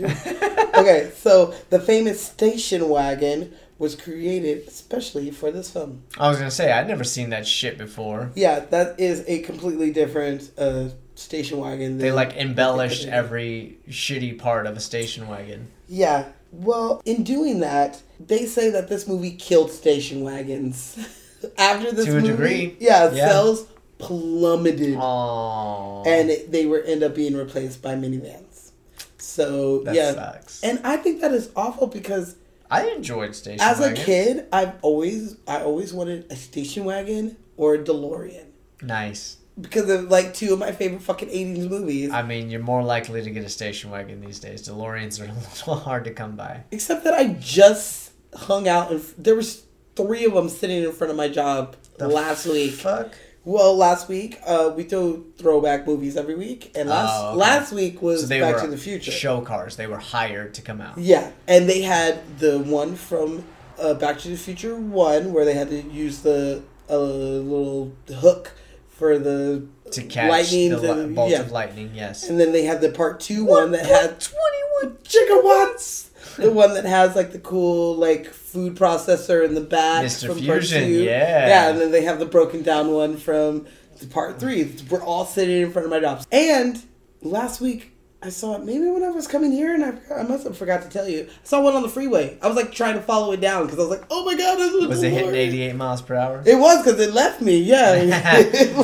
A: do? okay, so the famous station wagon was created especially for this film.
B: I was gonna say I'd never seen that shit before.
A: Yeah, that is a completely different uh, station wagon.
B: They
A: than-
B: like embellished every shitty part of a station wagon.
A: Yeah. Well, in doing that, they say that this movie killed station wagons. After this
B: To a
A: movie,
B: degree.
A: yeah,
B: Yeah.
A: sales plummeted,
B: Aww.
A: and it, they were end up being replaced by minivans. So
B: That
A: yeah,
B: sucks.
A: and I think that is awful because
B: I enjoyed station
A: as
B: wagons.
A: a kid, I've always I always wanted a station wagon or a DeLorean
B: Nice.
A: because of like two of my favorite fucking eighties movies.
B: I mean, you're more likely to get a station wagon these days. DeLoreans are a little hard to come by.
A: Except that I just hung out and there was three of them sitting in front of my job
B: The
A: last week.
B: Fuck.
A: Well, last week uh, we do throwback movies every week, and last
B: Oh, okay.
A: last week was
B: So they
A: Back
B: were
A: to the Future.
B: Show cars. They were hired to come out.
A: Yeah, and they had the one from uh, Back to the Future One where they had to use the uh, little hook for the
B: To catch the li- bolt of lightning, yes.
A: And then they had the Part Two one that had twenty one gigawatts. the one that has like the cool like food processor in the back
B: Mr.
A: Part
B: Fusion,
A: Two.
B: yeah.
A: yeah, and then they have the broken down one from the Part Three. We're all sitting in front of my jobs. And last week I saw it maybe when I was coming here, and I, I must have forgot to tell you. I saw one on the freeway. I was like trying to follow it down because I was like, oh my god, this is
B: Was it hitting
A: DeLorean.
B: 88 miles per hour?
A: It was because it left me. Yeah, it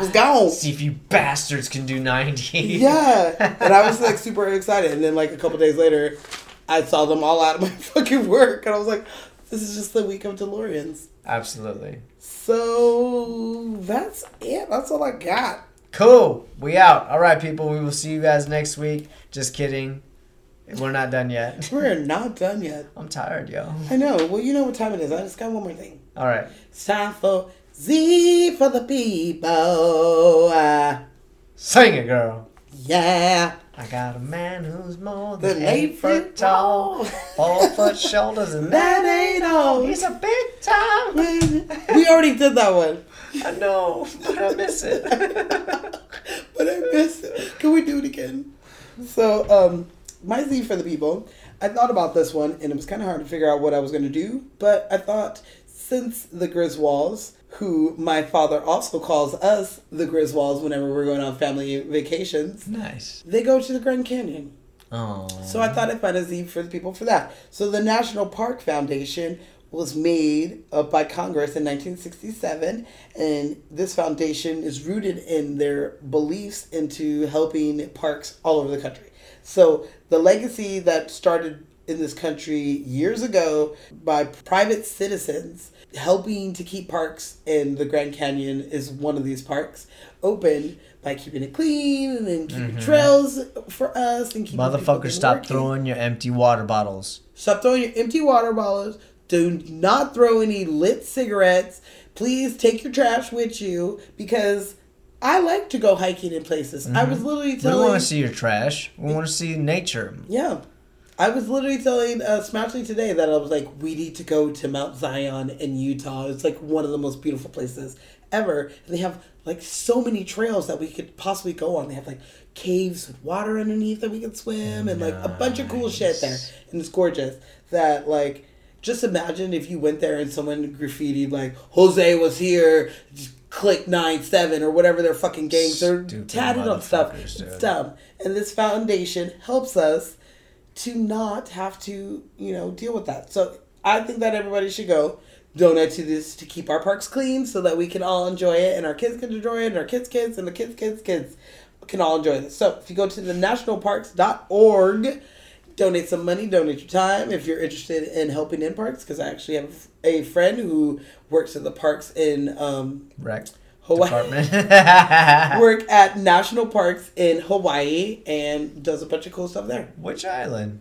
A: was gone.
B: See if you bastards can do 90.
A: yeah, and I was like super excited. And then like a couple days later, I saw them all out of my fucking work, and I was like, this is just the week of DeLoreans.
B: Absolutely.
A: So that's it. That's all I got.
B: Cool. We out. All right, people. We will see you guys next week. Just kidding. We're not done yet.
A: We're not done yet.
B: I'm tired, yo.
A: I know. Well, you know what time it is. I just got one more thing.
B: All right.
A: It's time for Z for the people. Uh,
B: Sing it, girl.
A: Yeah.
B: I got a man who's more
A: The
B: than eight foot tall, four foot shoulders, and that ain't all. He's a big time.
A: We already did that one.
B: I know, but I miss it.
A: but I miss it. Can we do it again? So, um, my Z for the people. I thought about this one, and it was kind of hard to figure out what I was going to do. But I thought, since the Griswolds, who my father also calls us the Griswolds whenever we're going on family vacations,
B: nice.
A: They go to the Grand Canyon.
B: Oh.
A: So I thought I'd find a Z for the people for that. So the National Park Foundation was made up by Congress in 1967, and this foundation is rooted in their beliefs into helping parks all over the country. So the legacy that started in this country years ago by private citizens helping to keep parks and the Grand Canyon is one of these parks open by keeping it clean and then keeping
B: Mhm.
A: trails for us and keeping people
B: Motherfucker, stop throwing your empty water bottles.
A: Stop throwing your empty water bottles. Do not throw any lit cigarettes. Please take your trash with you because I like to go hiking in places. I was literally
B: Mm-hmm. We don't
A: telling.
B: want to see your trash. We want to see nature.
A: Yeah. I was literally telling uh, Smashley today that I was like, we need to go to Mount Zion in Utah. It's like one of the most beautiful places ever. And they have like so many trails that we could possibly go on. They have like caves with water underneath that we could swim and like a bunch of cool shit there. And it's gorgeous. That like, just imagine if you went there and someone graffitied like, Jose was here, click 9 7 or whatever their fucking gangs are tatted on stuff. It's dumb. And this foundation helps us to not have to, you know, deal with that. So I think that everybody should go donate to this to keep our parks clean so that we can all enjoy it and our kids can enjoy it and our kids' kids and the kids' kids' kids can all enjoy this. So if you go to the nationalparks.org, donate some money, donate your time if you're interested in helping in parks because I actually have a friend who works at the parks in um,
B: Rec
A: Hawaii. work at national parks in Hawaii and does a bunch of cool stuff there.
B: Which island?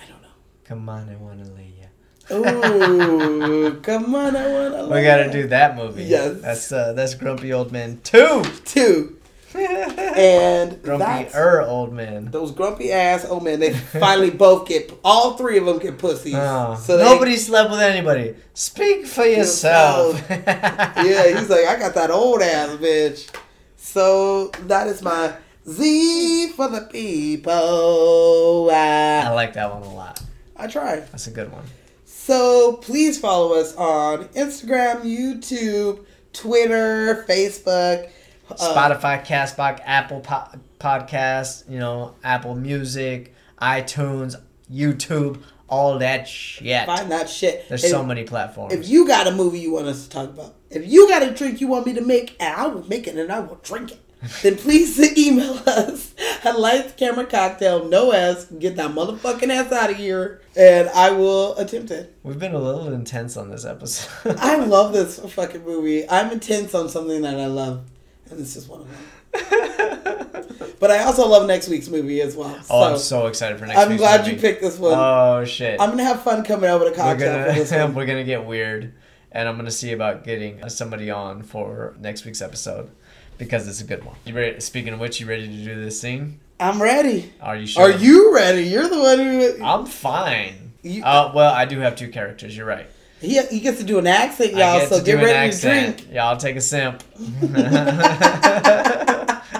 B: I don't know. Come on, I want to lay ya.
A: Ooh, come on, I want to.
B: We gotta do that movie.
A: Yes.
B: That's uh, that's Grumpy Old Man Two.
A: Two. And
B: Grumpy
A: that's-
B: Er Old Man.
A: Those grumpy ass old men, they finally both get, all three of them get pussies.
B: Oh,
A: So they-
B: nobody slept with anybody. Speak for yourself.
A: yeah, he's like, I got that old ass bitch. So that is my Z for the people.
B: I
A: I,
B: like that one a lot.
A: I try.
B: That's a good one.
A: So please follow us on Instagram, YouTube, Twitter, Facebook, uh,
B: Spotify, Castbox, Apple po- Podcasts, you know, Apple Music, iTunes, YouTube, all that shit.
A: Find that shit.
B: There's
A: And
B: so many platforms.
A: If you got a movie you want us to talk about, if you got a drink you want me to make, and I will make it and I will drink it, then please email us at lights camera cocktail no s get that motherfucking ass out of here and I will attempt it.
B: We've been a little intense on this episode.
A: I love this fucking movie. I'm intense on something that I love, and this is one of them. but I also love next week's movie as well.
B: Oh, I'm so excited for next
A: I'm
B: week's
A: glad
B: movie.
A: you picked this one.
B: Oh shit.
A: I'm gonna have fun coming out with a
B: we're
A: cocktail for this
B: gonna,
A: one.
B: we're gonna get weird. and I'm gonna see about getting somebody on for next week's episode because it's a good one. You ready? Speaking of which, you ready to do this scene?
A: I'm ready.
B: Are you sure?
A: Are you ready? You're the one who.
B: I'm fine. uh, well, I do have two characters. You're right.
A: He, he gets to do an accent,
B: I
A: y'all.
B: get
A: so
B: to
A: get
B: do an
A: ready
B: accent.
A: to drink.
B: Y'all take a simp.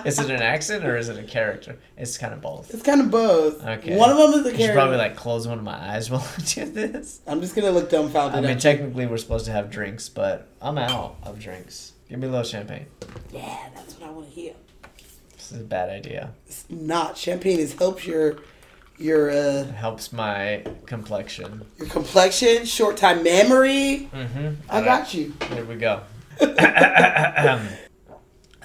B: is it an accent or is it a character? It's kind of both.
A: It's kind of both.
B: Okay.
A: One of them is
B: I
A: the
B: should
A: character.
B: probably like close one of my eyes while I do this.
A: I'm just gonna look dumbfounded.
B: I
A: at
B: mean,
A: you.
B: technically we're supposed to have drinks, but I'm out of drinks. Give me a little champagne.
A: Yeah, that's what I want to hear.
B: This is a bad idea.
A: It's not champagne. It helps your your uh,
B: It helps my complexion.
A: your complexion, short time memory.
B: Mm-hmm.
A: I got you.
B: Here we go.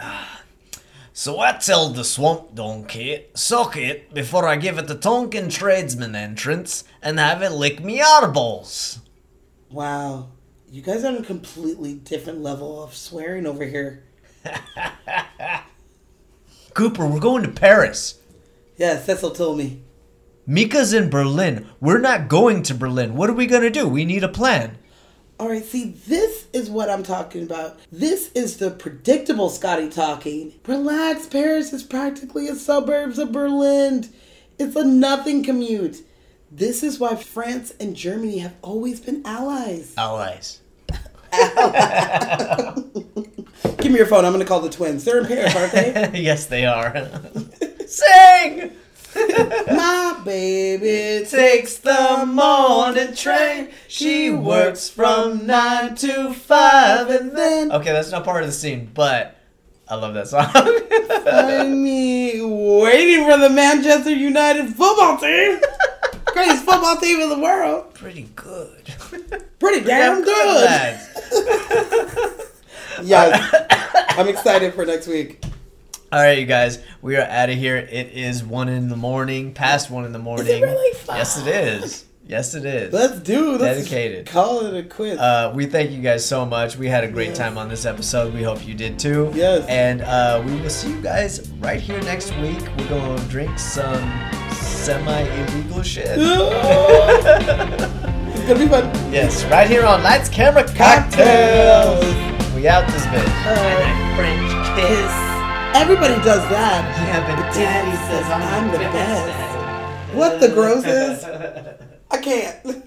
R: So I tell the swamp donkey, suck it before I give it the Tonkin tradesman entrance and have it lick me eyeballs.
A: Wow, you guys are on a completely different level of swearing over here.
R: Cooper, we're going to Paris.
A: Yeah, Cecil told me.
R: Mika's in Berlin. We're not going to Berlin. What are we going to do? We need a plan.
A: All right, see, this is what I'm talking about. This is the predictable Scotty talking. Relax, Paris is practically a suburbs of Berlin. It's a nothing commute. This is why France and Germany have always been allies.
R: Allies.
A: Give me your phone. I'm going to call the twins. They're in Paris, aren't they?
B: yes, they are.
R: Sing!
A: My baby
R: takes the morning train. She works from 9 to 5 and then.
B: Okay, that's not part of the scene, but I love that song.
A: I mean, waiting for the Manchester United football team. Greatest football team in the world.
R: Pretty good.
A: Pretty damn good. yes. I'm excited for next week.
B: All right, you guys, we are out of here. It is one in the morning, past one in the morning.
A: really?
B: Yes, it is. Yes, it is.
A: Let's do this.
B: Dedicated.
A: Call it a quit.
B: Uh, we thank you guys so much. We had a great time on this episode. We hope you did too.
A: Yes.
B: And uh, we will see you guys right here next week. We're going to drink some semi illegal shit.
A: it's going to be fun.
B: yes, right here on Lights Camera Cocktails. We out this bitch.
A: French kiss. Everybody does that.
B: Yeah, but
A: daddy says I'm the best. What the gross is? I can't.